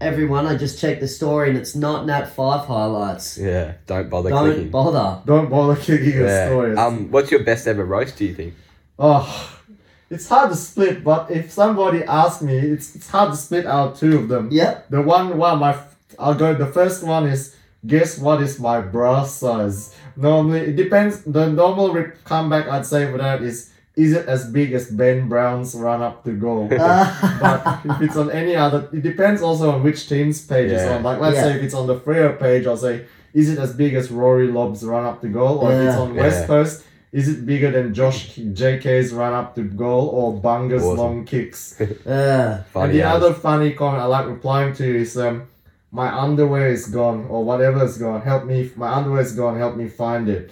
[SPEAKER 2] everyone, I just checked the story and it's not Nat Five highlights.
[SPEAKER 1] Yeah, don't bother
[SPEAKER 2] Don't
[SPEAKER 1] clicking.
[SPEAKER 2] bother.
[SPEAKER 3] Don't bother clicking
[SPEAKER 1] Yeah.
[SPEAKER 3] the stories.
[SPEAKER 1] Um, what's your best ever roast? Do you think?
[SPEAKER 3] oh, it's hard to split, but if somebody asks me, it's, it's hard to split out two of them.
[SPEAKER 2] Yep.
[SPEAKER 3] The one, one, my, f- I'll go. The first one is guess what is my bra size? Normally, it depends. The normal re- comeback I'd say for that is is it as big as Ben Brown's run up to goal? but
[SPEAKER 2] Uh,
[SPEAKER 3] if it's on any other, it depends also on which team's page it's
[SPEAKER 1] Yeah.
[SPEAKER 3] on. Like, let's
[SPEAKER 2] Yeah.
[SPEAKER 3] say if it's on the Freo page, I'll say, is it as big as Rory Lobb's run up to goal? Or if it's
[SPEAKER 2] Yeah.
[SPEAKER 3] on West
[SPEAKER 1] Yeah.
[SPEAKER 3] Coast, is it bigger than Josh JK's run up to goal or Bunga's
[SPEAKER 1] Awesome.
[SPEAKER 3] long kicks?
[SPEAKER 2] uh,
[SPEAKER 1] Funny
[SPEAKER 3] and the
[SPEAKER 1] as.
[SPEAKER 3] other funny comment I like replying to is, um, my underwear is gone or whatever is gone. Help me, my underwear is gone. Help me find it.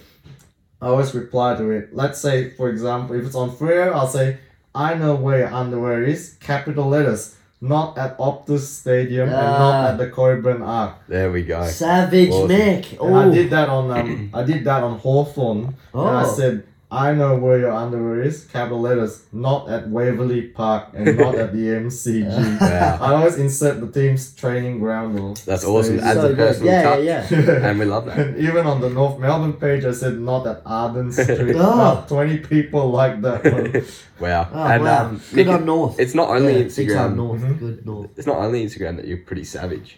[SPEAKER 3] I always reply to it. Let's say, for example, if it's on Freo, I'll say, I know where your underwear is, capital letters, not at Optus Stadium and
[SPEAKER 2] Ah.
[SPEAKER 3] not at the Coburn Arc.
[SPEAKER 1] There we go.
[SPEAKER 2] Savage
[SPEAKER 1] Awesome.
[SPEAKER 2] Mick.
[SPEAKER 3] And I did
[SPEAKER 2] Oh,
[SPEAKER 3] that on um, I did that on Hawthorn. And I
[SPEAKER 2] Oh.
[SPEAKER 3] said, I know where your underwear is, capital letters, not at Waverley Park and not at the MCG.
[SPEAKER 1] Wow,
[SPEAKER 3] I always insert the team's training ground. or
[SPEAKER 1] That's awesome.
[SPEAKER 3] stage.
[SPEAKER 1] Adds a
[SPEAKER 2] so good.
[SPEAKER 1] personal
[SPEAKER 2] Yeah, yeah,
[SPEAKER 1] touch.
[SPEAKER 2] yeah.
[SPEAKER 1] and we love that.
[SPEAKER 3] And even on the North Melbourne page, I said not at Arden Street.
[SPEAKER 2] Oh.
[SPEAKER 3] About 20 people like that one.
[SPEAKER 1] Wow.
[SPEAKER 2] Oh,
[SPEAKER 1] and
[SPEAKER 2] wow.
[SPEAKER 1] um,
[SPEAKER 2] good
[SPEAKER 1] Nick,
[SPEAKER 2] on North.
[SPEAKER 1] it's not only
[SPEAKER 2] Yeah, big time
[SPEAKER 1] Instagram.
[SPEAKER 2] North.
[SPEAKER 3] Mhm.
[SPEAKER 2] Good North.
[SPEAKER 1] It's not only Instagram that you're pretty savage.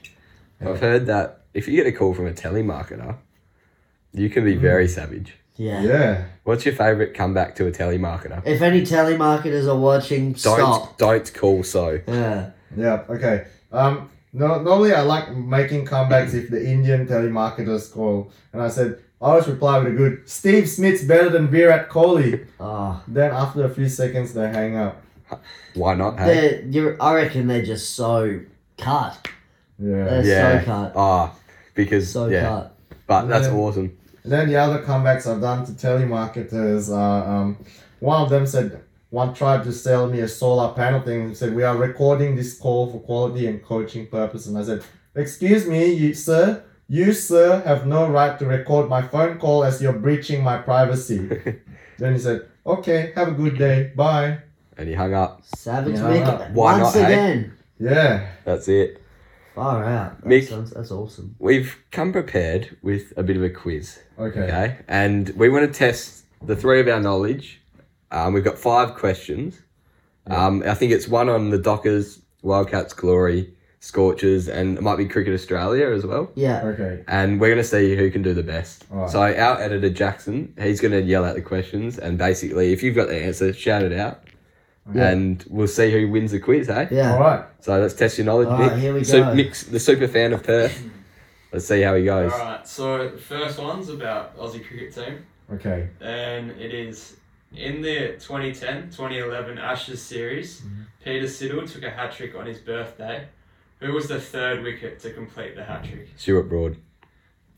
[SPEAKER 3] Yeah.
[SPEAKER 1] I've heard that if you get a call from a telemarketer, you can
[SPEAKER 2] Mm.
[SPEAKER 1] be very savage.
[SPEAKER 2] Yeah.
[SPEAKER 3] yeah.
[SPEAKER 1] What's your favorite comeback to a telemarketer?
[SPEAKER 2] If any telemarketers are watching, stop.
[SPEAKER 1] Don't don't call so.
[SPEAKER 2] Yeah.
[SPEAKER 3] Yeah. Okay. Um. No, normally I like making comebacks if the Indian telemarketers call, and I said I always reply with a good Steve Smith's better than Virat Kohli.
[SPEAKER 2] Oh,
[SPEAKER 3] Then after a few seconds they hang up.
[SPEAKER 1] Why not? Hey.
[SPEAKER 2] they're, you're, I reckon they're just so cut.
[SPEAKER 3] Yeah.
[SPEAKER 2] They're
[SPEAKER 1] Yeah.
[SPEAKER 2] so cut.
[SPEAKER 1] Ah, because
[SPEAKER 2] So
[SPEAKER 1] yeah,
[SPEAKER 2] cut.
[SPEAKER 1] but that's
[SPEAKER 3] Yeah.
[SPEAKER 1] awesome.
[SPEAKER 3] And then the other comebacks I've done to telemarketers are um, one of them said one tried to sell me a solar panel thing and said we are recording this call for quality and coaching purpose and I said excuse me you sir you sir have no right to record my phone call as you're breaching my privacy. then he said okay have a good day bye
[SPEAKER 1] And he hung up.
[SPEAKER 2] Savage
[SPEAKER 3] Yeah.
[SPEAKER 2] Mick.
[SPEAKER 1] Why
[SPEAKER 2] once
[SPEAKER 1] not, hey?
[SPEAKER 2] again.
[SPEAKER 3] yeah
[SPEAKER 1] That's it.
[SPEAKER 2] Far out. That
[SPEAKER 1] Mick.
[SPEAKER 2] sounds, that's awesome.
[SPEAKER 1] We've come prepared with a bit of a quiz.
[SPEAKER 3] okay,
[SPEAKER 1] Okay. And we want to test the three of our knowledge. Um, we've got five questions. Um, I think it's one on the Dockers, Wildcats, Glory, Scorchers, and it might be Cricket Australia as well.
[SPEAKER 2] Yeah.
[SPEAKER 3] okay
[SPEAKER 1] And we're going to see who can do the best.
[SPEAKER 3] Alright.
[SPEAKER 1] So our editor Jackson, he's going to yell out the questions, and basically, if you've got the answer, shout it out,
[SPEAKER 3] Yeah.
[SPEAKER 1] and we'll see who wins the quiz. Hey.
[SPEAKER 2] Yeah.
[SPEAKER 3] all right
[SPEAKER 1] So let's test your knowledge.
[SPEAKER 2] Alright,
[SPEAKER 1] Mick.
[SPEAKER 2] here we
[SPEAKER 1] So
[SPEAKER 2] go.
[SPEAKER 1] Mick's the super fan of Perth. let's see how he
[SPEAKER 4] All
[SPEAKER 1] goes.
[SPEAKER 4] right. So the first one's about Aussie cricket team,
[SPEAKER 3] okay
[SPEAKER 4] and it is in the 2010-2011 Ashes series.
[SPEAKER 3] Mm-hmm.
[SPEAKER 4] Peter Siddle took a hat trick on his birthday. Who was the third wicket to complete the hat trick?
[SPEAKER 1] Stuart Broad.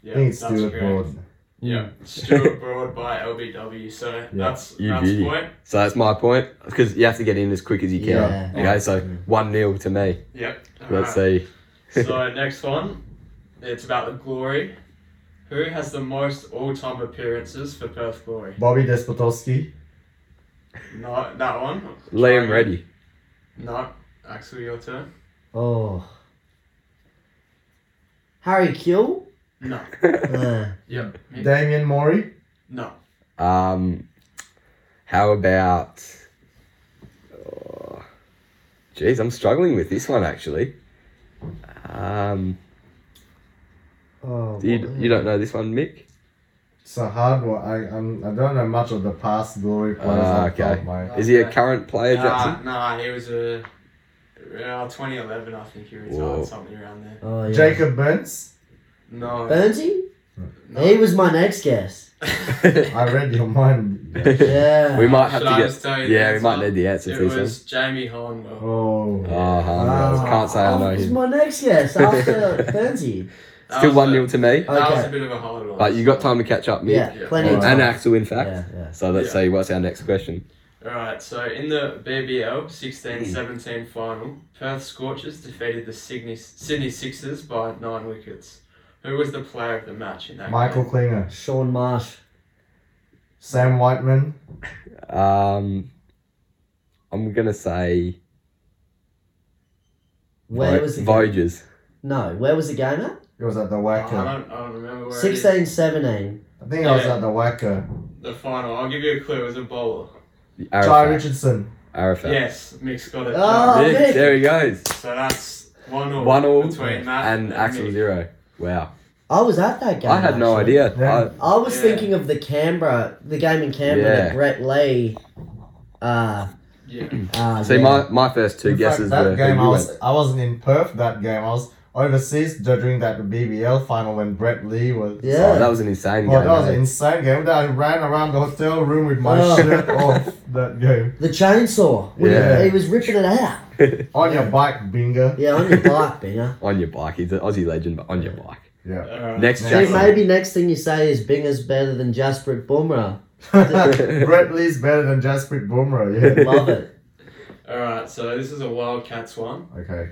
[SPEAKER 4] Yeah,
[SPEAKER 3] I think it's
[SPEAKER 4] that's
[SPEAKER 3] Stuart
[SPEAKER 4] correct.
[SPEAKER 3] Broad
[SPEAKER 4] Yeah, Stuart Broad by LBW. So that's
[SPEAKER 1] You
[SPEAKER 4] that's
[SPEAKER 1] beauty.
[SPEAKER 4] point.
[SPEAKER 1] So that's my point because you have to get in as quick as you can.
[SPEAKER 2] Yeah. Mm.
[SPEAKER 1] Okay, so one nil to me.
[SPEAKER 4] Yep.
[SPEAKER 1] Let's
[SPEAKER 4] Alright.
[SPEAKER 1] see.
[SPEAKER 4] So next one, it's about the glory. Who has the most all-time appearances for Perth Glory?
[SPEAKER 3] Bobby Despotowski
[SPEAKER 4] Not that one.
[SPEAKER 1] Liam Reddy.
[SPEAKER 4] No, Axel, your turn.
[SPEAKER 2] Oh. Harry Kill?
[SPEAKER 4] No.
[SPEAKER 2] Uh,
[SPEAKER 4] Yep.
[SPEAKER 3] Damien Morey
[SPEAKER 4] No.
[SPEAKER 1] um, how about? Oh, Jeez, I'm struggling with this one actually. Um,
[SPEAKER 2] oh,
[SPEAKER 1] you,
[SPEAKER 2] what-
[SPEAKER 1] you don't know this one, Mick?
[SPEAKER 3] It's a hard one. I I'm, I don't know much of the past glory players.
[SPEAKER 1] Ah,
[SPEAKER 3] off the top
[SPEAKER 1] okay.
[SPEAKER 3] of my-
[SPEAKER 1] Is he a
[SPEAKER 4] Okay.
[SPEAKER 1] current player,
[SPEAKER 4] Nah,
[SPEAKER 1] Jackson?
[SPEAKER 4] nah, he was a. Uh, 2011, I think he retired
[SPEAKER 1] Whoa.
[SPEAKER 4] something around there.
[SPEAKER 2] Oh, yeah.
[SPEAKER 3] Jacob Burns.
[SPEAKER 4] No.
[SPEAKER 2] Burnsy?
[SPEAKER 4] no.
[SPEAKER 2] He was my next guess.
[SPEAKER 3] I read your mind.
[SPEAKER 2] Yeah.
[SPEAKER 1] We might have
[SPEAKER 4] Should I
[SPEAKER 1] to
[SPEAKER 4] just tell
[SPEAKER 1] get.
[SPEAKER 4] you the
[SPEAKER 1] Yeah, we might
[SPEAKER 4] answer?
[SPEAKER 1] need the answer
[SPEAKER 4] It
[SPEAKER 1] to this
[SPEAKER 4] was Jamie
[SPEAKER 1] one.
[SPEAKER 4] Hornwell.
[SPEAKER 3] Oh.
[SPEAKER 1] Oh, Harnwell.
[SPEAKER 2] Ah,
[SPEAKER 1] can't say I know
[SPEAKER 2] It was
[SPEAKER 1] him.
[SPEAKER 2] my next guess after Burnsy.
[SPEAKER 4] That
[SPEAKER 1] Still
[SPEAKER 4] was
[SPEAKER 1] one
[SPEAKER 4] a-
[SPEAKER 1] nil to me.
[SPEAKER 4] That was
[SPEAKER 2] Okay.
[SPEAKER 4] a bit of a hard one.
[SPEAKER 1] But you got time to catch up, Mick.
[SPEAKER 2] Yeah,
[SPEAKER 4] Yeah.
[SPEAKER 2] plenty of
[SPEAKER 3] Alright.
[SPEAKER 2] time.
[SPEAKER 1] And Axel, in fact.
[SPEAKER 2] Yeah, yeah.
[SPEAKER 1] So let's
[SPEAKER 4] Yeah.
[SPEAKER 1] see what's our next question.
[SPEAKER 4] Alright, so in the BBL
[SPEAKER 1] Hmm.
[SPEAKER 4] 16 17 final, Perth Scorchers defeated the Sydney, Sydney Sixers by nine wickets. Who was the player of the match in that
[SPEAKER 3] Michael
[SPEAKER 4] game?
[SPEAKER 3] Klinger.
[SPEAKER 2] Sean Marsh.
[SPEAKER 3] Sam Whiteman.
[SPEAKER 1] Um, I'm gonna say
[SPEAKER 2] Where
[SPEAKER 1] Vo-
[SPEAKER 2] was the
[SPEAKER 1] Voyagers.
[SPEAKER 2] No, where was the game at?
[SPEAKER 3] It was at the
[SPEAKER 4] I
[SPEAKER 3] Wacker.
[SPEAKER 4] don't, I don't remember where it is.
[SPEAKER 2] 16 17.
[SPEAKER 3] I think I was
[SPEAKER 4] Ah. Yeah.
[SPEAKER 3] at the Wacker.
[SPEAKER 4] The final. I'll give you a clue. It was a bowler.
[SPEAKER 3] Chai
[SPEAKER 1] Arafat.
[SPEAKER 3] Richardson.
[SPEAKER 1] Arafat.
[SPEAKER 4] Yes, Mick's got it.
[SPEAKER 2] Oh,
[SPEAKER 1] Nick,
[SPEAKER 2] Nick.
[SPEAKER 1] there he goes.
[SPEAKER 4] So that's one all,
[SPEAKER 1] One all
[SPEAKER 4] between Matt
[SPEAKER 1] and Axel
[SPEAKER 4] Mick.
[SPEAKER 1] Zero. Wow.
[SPEAKER 2] I was at that game.
[SPEAKER 1] I had no
[SPEAKER 2] actually.
[SPEAKER 1] idea.
[SPEAKER 3] Yeah.
[SPEAKER 1] I-
[SPEAKER 2] I was
[SPEAKER 4] Yeah.
[SPEAKER 2] thinking of the Canberra, the game in Canberra
[SPEAKER 1] Yeah.
[SPEAKER 2] that Brett Lee. Uh,
[SPEAKER 4] Yeah.
[SPEAKER 2] uh,
[SPEAKER 1] see,
[SPEAKER 2] yeah.
[SPEAKER 1] my, my first two
[SPEAKER 3] In fact,
[SPEAKER 1] guesses
[SPEAKER 3] that
[SPEAKER 1] were. who
[SPEAKER 3] game I
[SPEAKER 1] you
[SPEAKER 3] was
[SPEAKER 1] went.
[SPEAKER 3] I wasn't in Perth that game. I was overseas during that BBL final when Brett Lee was
[SPEAKER 2] Yeah.
[SPEAKER 1] Oh, that was an insane
[SPEAKER 3] Well,
[SPEAKER 1] game.
[SPEAKER 3] that was an
[SPEAKER 1] eh?
[SPEAKER 3] insane game. I ran around the hotel room with my
[SPEAKER 2] Oh.
[SPEAKER 3] shirt off that game.
[SPEAKER 2] The chainsaw. With-
[SPEAKER 1] Yeah.
[SPEAKER 2] He was ripping it out.
[SPEAKER 3] On your bike, bingo.
[SPEAKER 2] Yeah, on your bike, Binger.
[SPEAKER 1] on your bike. He's an Aussie legend, but on your bike.
[SPEAKER 3] Yeah.
[SPEAKER 4] Alright.
[SPEAKER 1] Next
[SPEAKER 2] So
[SPEAKER 3] Jackson.
[SPEAKER 2] maybe next thing you say is Binger's better than Jasper Boomerang.
[SPEAKER 3] Brett Lee's better than Jasprit Boomer. Yeah.
[SPEAKER 2] Love it.
[SPEAKER 4] Alright, so this is a Wildcats one.
[SPEAKER 3] Okay.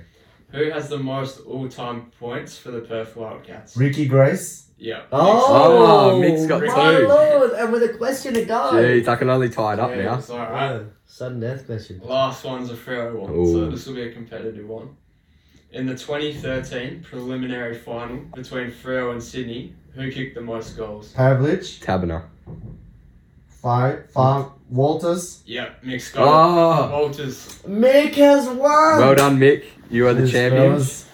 [SPEAKER 4] Who has the most all time points for the Perth Wildcats?
[SPEAKER 3] Ricky Grace.
[SPEAKER 4] Yeah.
[SPEAKER 2] Oh,
[SPEAKER 1] Oh, Mick's got
[SPEAKER 2] my
[SPEAKER 4] two.
[SPEAKER 2] lord! And with a question to go.
[SPEAKER 1] Jeez, I can only tie it up
[SPEAKER 4] Yeah,
[SPEAKER 1] now.
[SPEAKER 4] it's alright.
[SPEAKER 2] Oh, sudden death question.
[SPEAKER 4] Last one's a fair one,
[SPEAKER 1] Ooh.
[SPEAKER 4] so this will be a competitive one. In the 2013 preliminary final between Freo and Sydney, who kicked the most goals?
[SPEAKER 3] Pavlich.
[SPEAKER 1] Tabner.
[SPEAKER 3] Five. Five. Walters.
[SPEAKER 4] Yep, Mick Scott.
[SPEAKER 1] Oh,
[SPEAKER 4] Walters,
[SPEAKER 2] Mick has won.
[SPEAKER 1] well done, Mick. You are the
[SPEAKER 3] Yes,
[SPEAKER 1] champion.
[SPEAKER 3] fellas.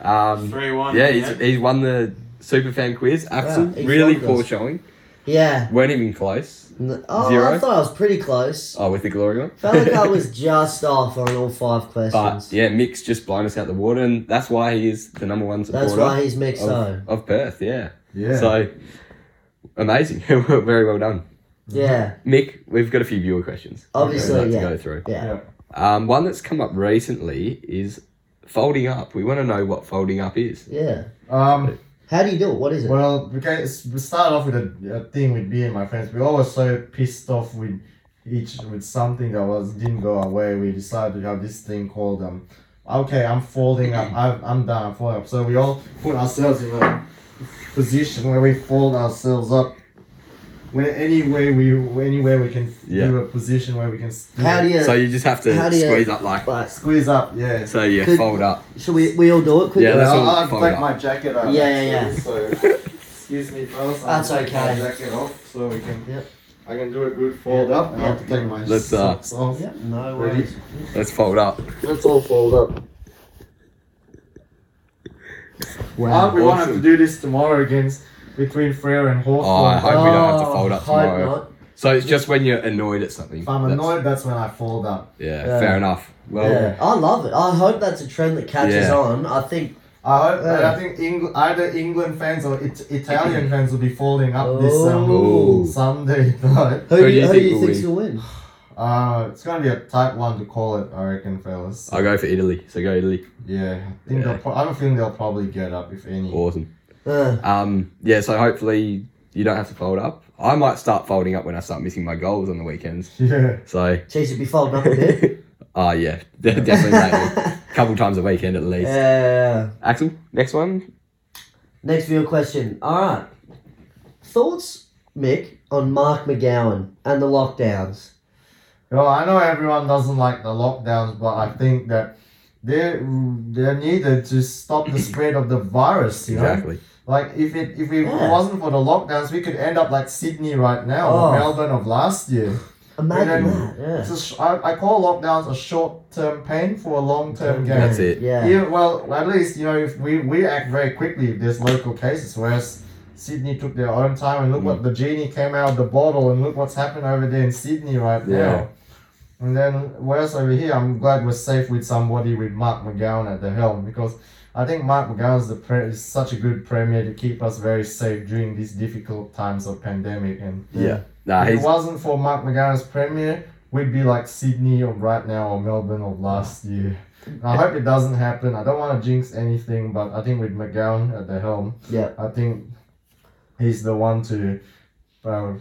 [SPEAKER 1] Um,
[SPEAKER 4] 3 1.
[SPEAKER 1] yeah, he's, he's won the Superfan quiz. Axel,
[SPEAKER 2] he's
[SPEAKER 1] really
[SPEAKER 2] won this.
[SPEAKER 1] poor showing.
[SPEAKER 2] Yeah.
[SPEAKER 1] Weren't even close.
[SPEAKER 2] N- Oh, I
[SPEAKER 1] Zero?
[SPEAKER 2] thought I was pretty close.
[SPEAKER 1] Oh, with the glory one.
[SPEAKER 2] Felt like I was just off on all five
[SPEAKER 1] But
[SPEAKER 2] questions.
[SPEAKER 1] yeah, Mick's just blown us out the water, and that's why he is the number one supporter
[SPEAKER 2] That's why he's Mick
[SPEAKER 1] Oh.
[SPEAKER 2] So.
[SPEAKER 1] of, of Perth. Yeah.
[SPEAKER 3] Yeah.
[SPEAKER 1] So amazing. Very well done,
[SPEAKER 2] Yeah,
[SPEAKER 1] Mick. We've got a few viewer questions.
[SPEAKER 2] Obviously,
[SPEAKER 1] we'd like
[SPEAKER 2] yeah.
[SPEAKER 1] to go through.
[SPEAKER 2] yeah.
[SPEAKER 3] Yeah.
[SPEAKER 1] Um, one that's come up recently is folding up. We want to know what folding up is.
[SPEAKER 2] Yeah.
[SPEAKER 3] Um.
[SPEAKER 2] How do you do it? What is it?
[SPEAKER 3] Well, okay. s- We start off with a, a thing with me and my friends. We all were so pissed off with each with something that was didn't go away. We decided to have this thing called um. Okay, I'm folding up. i I'm done. I'm folding up. So we all put ourselves in a position where we fold ourselves up. Where any way we anywhere we can
[SPEAKER 1] Yeah.
[SPEAKER 3] do a position where we can s-
[SPEAKER 2] How do you?
[SPEAKER 1] So you just have to
[SPEAKER 2] How do you-
[SPEAKER 1] squeeze up like
[SPEAKER 2] like,
[SPEAKER 3] squeeze up. Yeah.
[SPEAKER 1] so. Yeah,
[SPEAKER 2] Could-
[SPEAKER 1] fold up.
[SPEAKER 2] should we? We all do it quickly.
[SPEAKER 1] Yeah, that's
[SPEAKER 3] Well,
[SPEAKER 1] all
[SPEAKER 3] I'll
[SPEAKER 1] fold
[SPEAKER 3] take
[SPEAKER 1] up.
[SPEAKER 3] my jacket off.
[SPEAKER 2] Yeah, yeah,
[SPEAKER 3] actually, So, excuse me, fellas. I'll
[SPEAKER 2] That's
[SPEAKER 3] take
[SPEAKER 2] okay.
[SPEAKER 3] My jacket off, so we can.
[SPEAKER 2] Yep.
[SPEAKER 3] I can do a good fold up. and I have to take my
[SPEAKER 1] Let's, uh,
[SPEAKER 3] socks off.
[SPEAKER 2] Yeah, no
[SPEAKER 3] Ready?
[SPEAKER 2] worries.
[SPEAKER 1] Let's fold up.
[SPEAKER 3] Let's all fold up.
[SPEAKER 2] Wow.
[SPEAKER 3] we want to
[SPEAKER 1] awesome.
[SPEAKER 3] do this tomorrow against between Frere and
[SPEAKER 1] Oh, I
[SPEAKER 3] Hawthorn.
[SPEAKER 1] hope we don't have to
[SPEAKER 2] Oh,
[SPEAKER 1] fold up
[SPEAKER 2] hope
[SPEAKER 1] tomorrow.
[SPEAKER 2] not.
[SPEAKER 1] So it's just when you're annoyed at something.
[SPEAKER 3] if I'm
[SPEAKER 1] That's-
[SPEAKER 3] annoyed, that's when I fold up.
[SPEAKER 1] Yeah,
[SPEAKER 2] Yeah.
[SPEAKER 1] fair enough. Well,
[SPEAKER 2] yeah, I love it. I hope that's a trend that catches
[SPEAKER 1] Yeah.
[SPEAKER 2] on. I think.
[SPEAKER 3] I hope. that
[SPEAKER 2] Yeah.
[SPEAKER 3] I think Engl- either England fans or it- Italian fans will be folding up this um,
[SPEAKER 1] Ooh.
[SPEAKER 2] Ooh.
[SPEAKER 3] Sunday night.
[SPEAKER 2] Who, do you, who do you
[SPEAKER 1] will
[SPEAKER 2] think's
[SPEAKER 1] win?
[SPEAKER 2] gonna win?
[SPEAKER 3] Uh, it's gonna be a tight one to call it, I reckon, fellas.
[SPEAKER 1] I'll go for Italy. So go Italy.
[SPEAKER 3] Yeah, I think
[SPEAKER 1] Yeah. Oh.
[SPEAKER 3] they'll. Pro- I don't think they'll probably get up if any.
[SPEAKER 1] Awesome.
[SPEAKER 2] Uh,
[SPEAKER 1] Um, yeah, so hopefully you don't have to fold up. I might start folding up when I start missing my goals on the weekends.
[SPEAKER 3] Yeah,
[SPEAKER 1] So,
[SPEAKER 2] geez, it'd be folding up a bit.
[SPEAKER 1] ah, yeah, de- definitely maybe. A couple times a weekend at least.
[SPEAKER 2] Yeah.
[SPEAKER 1] Axel, next one.
[SPEAKER 2] Next viewer question. All right. Thoughts, Mick, on Mark McGowan and the lockdowns?
[SPEAKER 3] well, I know everyone doesn't like the lockdowns, but I think that they they're needed to stop the spread of the virus. You know,
[SPEAKER 1] Exactly.
[SPEAKER 3] like if it if it
[SPEAKER 2] Yeah.
[SPEAKER 3] wasn't for the lockdowns, we could end up like Sydney right now
[SPEAKER 2] Oh.
[SPEAKER 3] or Melbourne of last year.
[SPEAKER 2] Imagine
[SPEAKER 3] Yeah.
[SPEAKER 2] that. Yeah.
[SPEAKER 3] It's a sh- I, I call lockdowns a short term pain for a long term gain.
[SPEAKER 1] That's it.
[SPEAKER 2] Yeah.
[SPEAKER 3] Yeah, well, at least you know if we we act very quickly if there's local cases, whereas Sydney took their own time and look what the genie came out of the bottle and look what's happened over there in Sydney right
[SPEAKER 1] Yeah.
[SPEAKER 3] now. And then whereas over here, I'm glad we're safe with somebody with Mark McGowan at the helm because I think Mark McGowan's the pre- is such a good premier to keep us very safe during these difficult times of pandemic. And
[SPEAKER 1] Yeah. Nah,
[SPEAKER 3] if it
[SPEAKER 1] he's
[SPEAKER 3] wasn't for Mark McGowan's premiere, we'd be like Sydney or right now or Melbourne of last year. And I hope it doesn't happen. I don't want to jinx anything, but I think with McGowan at the helm,
[SPEAKER 2] Yeah.
[SPEAKER 3] I think he's the one to uh,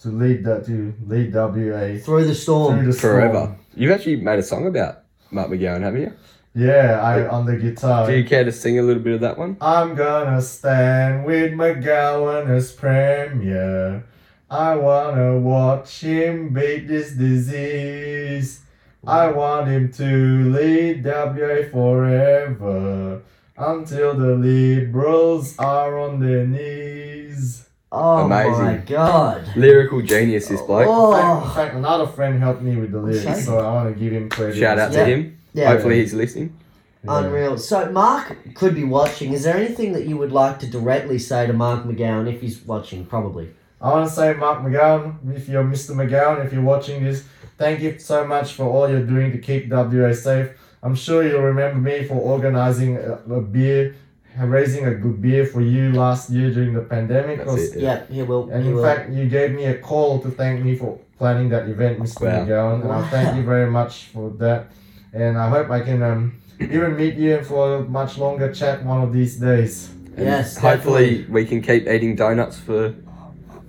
[SPEAKER 3] to lead that to lead WA
[SPEAKER 2] Through the
[SPEAKER 3] through
[SPEAKER 2] storm.
[SPEAKER 3] the
[SPEAKER 1] forever.
[SPEAKER 3] storm.
[SPEAKER 1] You've actually made a song about Mark McGowan, haven't you?
[SPEAKER 3] Yeah, I on the guitar.
[SPEAKER 1] Do you care to sing a little bit of that one?
[SPEAKER 3] I'm gonna stand with McGowan as premier. I wanna watch him beat this disease. I want him to lead WA forever. until the liberals are on their knees.
[SPEAKER 2] Oh my
[SPEAKER 1] Amazing.
[SPEAKER 2] god.
[SPEAKER 1] Lyrical genius, this bloke.
[SPEAKER 3] In fact-
[SPEAKER 2] Oh.
[SPEAKER 3] In fact, another friend helped me with the lyrics,
[SPEAKER 2] Okay.
[SPEAKER 3] so I want to give him credit.
[SPEAKER 1] Shout out
[SPEAKER 2] Yeah.
[SPEAKER 1] to him.
[SPEAKER 2] Yeah.
[SPEAKER 1] Hopefully he's listening.
[SPEAKER 3] Yeah.
[SPEAKER 2] Unreal. So Mark could be watching. Is there anything that you would like to directly say to Mark McGowan if he's watching? Probably.
[SPEAKER 3] I want to say, Mark McGowan, if you're Mr. McGowan, if you're watching this, thank you so much for all you're doing to keep WA safe. I'm sure you'll remember me for organizing a, a beer, raising a good beer for you last year during the pandemic.
[SPEAKER 1] That's
[SPEAKER 3] Or-
[SPEAKER 1] it. Yeah.
[SPEAKER 2] Yeah, he will.
[SPEAKER 3] And
[SPEAKER 2] he
[SPEAKER 3] in
[SPEAKER 2] will.
[SPEAKER 3] fact, you gave me a call to thank me for planning that event, Mr.
[SPEAKER 1] Wow.
[SPEAKER 3] McGowan, and I thank you very much for that. And I hope I can um, even meet you for a much longer chat one of these days.
[SPEAKER 1] And
[SPEAKER 2] Yes,
[SPEAKER 1] Hopefully we can keep eating donuts for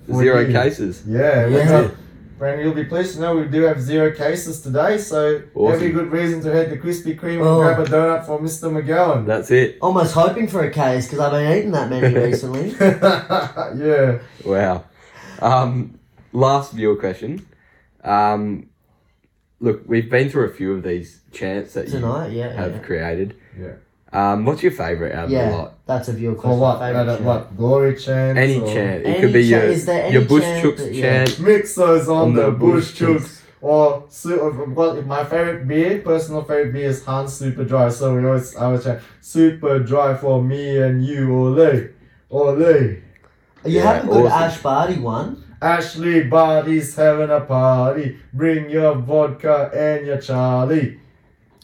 [SPEAKER 3] For
[SPEAKER 1] zero
[SPEAKER 3] you.
[SPEAKER 1] cases.
[SPEAKER 3] Yeah,
[SPEAKER 2] Yeah.
[SPEAKER 3] that's it. Brandon, you'll be pleased to know we do have zero cases today, so every
[SPEAKER 1] Awesome.
[SPEAKER 3] good reason to head to Krispy Kreme
[SPEAKER 2] Oh.
[SPEAKER 3] and grab a donut for Mr. McGowan.
[SPEAKER 1] That's it.
[SPEAKER 2] Almost hoping for a case because I've been eating that many recently.
[SPEAKER 3] yeah.
[SPEAKER 1] Wow. Um, last viewer question. Um, look, we've been through a few of these chants that
[SPEAKER 2] Tonight, yeah.
[SPEAKER 1] you
[SPEAKER 2] yeah,
[SPEAKER 1] have
[SPEAKER 2] yeah.
[SPEAKER 1] created.
[SPEAKER 3] Yeah.
[SPEAKER 1] Um, what's your favourite out of
[SPEAKER 2] Yeah.
[SPEAKER 1] the lot?
[SPEAKER 2] That's a viewer
[SPEAKER 3] For
[SPEAKER 2] question.
[SPEAKER 3] what?
[SPEAKER 2] Favourite
[SPEAKER 3] Uh,
[SPEAKER 2] chant.
[SPEAKER 3] what? Glory chant?
[SPEAKER 1] Any
[SPEAKER 3] or-
[SPEAKER 1] chant. It
[SPEAKER 2] Any
[SPEAKER 1] could be
[SPEAKER 2] chant-
[SPEAKER 1] your
[SPEAKER 2] is there any
[SPEAKER 1] your bush
[SPEAKER 2] chant
[SPEAKER 1] chooks
[SPEAKER 2] that- yeah.
[SPEAKER 1] chant
[SPEAKER 3] Mix those on, the, bush
[SPEAKER 1] chooks.
[SPEAKER 3] chooks. Or su- uh, well, my favorite beer, personal favorite beer is Hans Super Dry. So we always I always chant Super Dry for me and you. Ole, ole.
[SPEAKER 2] You
[SPEAKER 1] Yeah,
[SPEAKER 2] have a good
[SPEAKER 1] awesome.
[SPEAKER 2] Ash Barty one.
[SPEAKER 3] Ashley Body's having a party. Bring your vodka and your Charlie.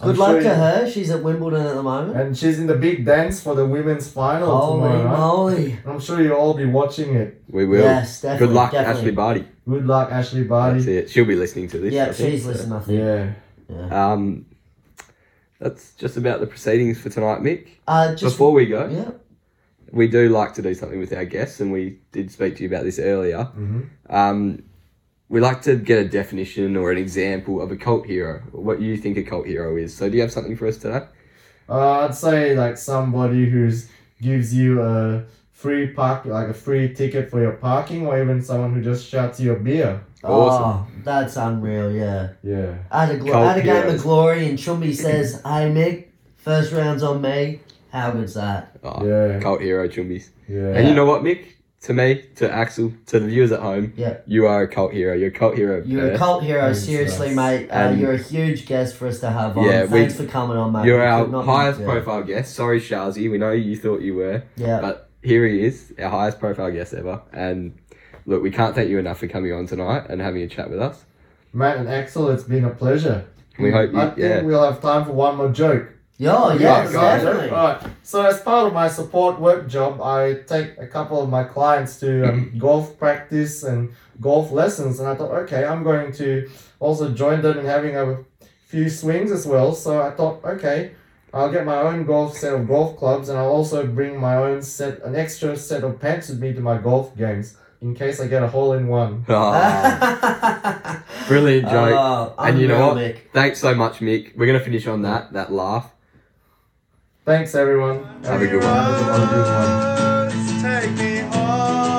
[SPEAKER 2] Good
[SPEAKER 3] I'm
[SPEAKER 2] luck
[SPEAKER 3] sure
[SPEAKER 2] to
[SPEAKER 3] you-
[SPEAKER 2] her. She's at Wimbledon at the moment.
[SPEAKER 3] And she's in the big dance for the women's final
[SPEAKER 2] Holy
[SPEAKER 3] tomorrow. right?
[SPEAKER 2] moly.
[SPEAKER 3] I'm sure you'll all be watching it.
[SPEAKER 1] We will.
[SPEAKER 2] Yes, definitely.
[SPEAKER 1] Good luck,
[SPEAKER 2] definitely.
[SPEAKER 1] Ashley Barty.
[SPEAKER 3] Good luck, Ashley
[SPEAKER 1] That's
[SPEAKER 3] Barty.
[SPEAKER 1] it. She'll be listening to this.
[SPEAKER 2] Yeah,
[SPEAKER 1] I think,
[SPEAKER 2] she's
[SPEAKER 1] so.
[SPEAKER 2] listening, I think.
[SPEAKER 3] Yeah.
[SPEAKER 1] Um, that's just about the proceedings for tonight, Mick.
[SPEAKER 2] Uh, just,
[SPEAKER 1] Before we go,
[SPEAKER 2] Yeah.
[SPEAKER 1] we do like to do something with our guests, and we did speak to you about this earlier.
[SPEAKER 3] Mhm.
[SPEAKER 1] Um, we like to get a definition or an example of a cult hero, or what you think a cult hero is. So, do you have something for us today?
[SPEAKER 3] Uh, I'd say like somebody who's gives you a free park, like a free ticket for your parking, or even someone who just shouts your beer.
[SPEAKER 2] Awesome.
[SPEAKER 1] Awesome.
[SPEAKER 2] Oh, that's unreal, yeah.
[SPEAKER 3] Yeah.
[SPEAKER 2] At a, glo-
[SPEAKER 1] Cold
[SPEAKER 2] at a game of
[SPEAKER 1] heroes.
[SPEAKER 2] glory, and Chumby says, Hey, Mick, first round's on me. How good's that?
[SPEAKER 1] Oh,
[SPEAKER 3] Yeah.
[SPEAKER 1] Cult hero, Chumbies.
[SPEAKER 3] Yeah.
[SPEAKER 1] And you know what, Mick? To me, to Axel, to the viewers at home,
[SPEAKER 2] Yeah.
[SPEAKER 1] you are a cult hero. You're a cult hero.
[SPEAKER 2] You're a
[SPEAKER 1] Perth.
[SPEAKER 2] cult hero,
[SPEAKER 3] Thanks,
[SPEAKER 2] seriously,
[SPEAKER 3] guys.
[SPEAKER 2] mate. Uh,
[SPEAKER 1] And-
[SPEAKER 2] you're a huge guest for us to have on.
[SPEAKER 1] Yeah, we-
[SPEAKER 2] Thanks for coming on, mate.
[SPEAKER 1] You're
[SPEAKER 2] We could
[SPEAKER 1] our
[SPEAKER 2] not-
[SPEAKER 1] highest
[SPEAKER 2] yeah.
[SPEAKER 1] profile guest. Sorry, Shazi. We know you thought you were.
[SPEAKER 2] Yeah.
[SPEAKER 1] But here he is, our highest profile guest ever. And look, we can't thank you enough for coming on tonight and having a chat with us.
[SPEAKER 3] Matt and Axel, it's been a pleasure.
[SPEAKER 1] We hope you,
[SPEAKER 3] I think
[SPEAKER 1] yeah.
[SPEAKER 3] we'll have time for one more joke.
[SPEAKER 2] Yo, Oh, yes,
[SPEAKER 3] guys.
[SPEAKER 2] definitely.
[SPEAKER 3] Alright. So as part of my support work job, I take a couple of my clients to um, golf practice and golf lessons, and I thought, okay, I'm going to also join them in having a few swings as well. So I thought, okay, I'll get my own golf set of golf clubs, and I'll also bring my own set, an extra set of pants with me to my golf games in case I get a hole in one.
[SPEAKER 1] Ah, brilliant joke.
[SPEAKER 2] Oh,
[SPEAKER 1] and you know
[SPEAKER 2] unreal,
[SPEAKER 1] what?
[SPEAKER 2] Mick.
[SPEAKER 1] Uh, Thanks so much, Mick. We're going to finish on that, that laugh.
[SPEAKER 3] Thanks everyone.
[SPEAKER 1] Have a good one.
[SPEAKER 3] Have a good one.
[SPEAKER 5] Take me home.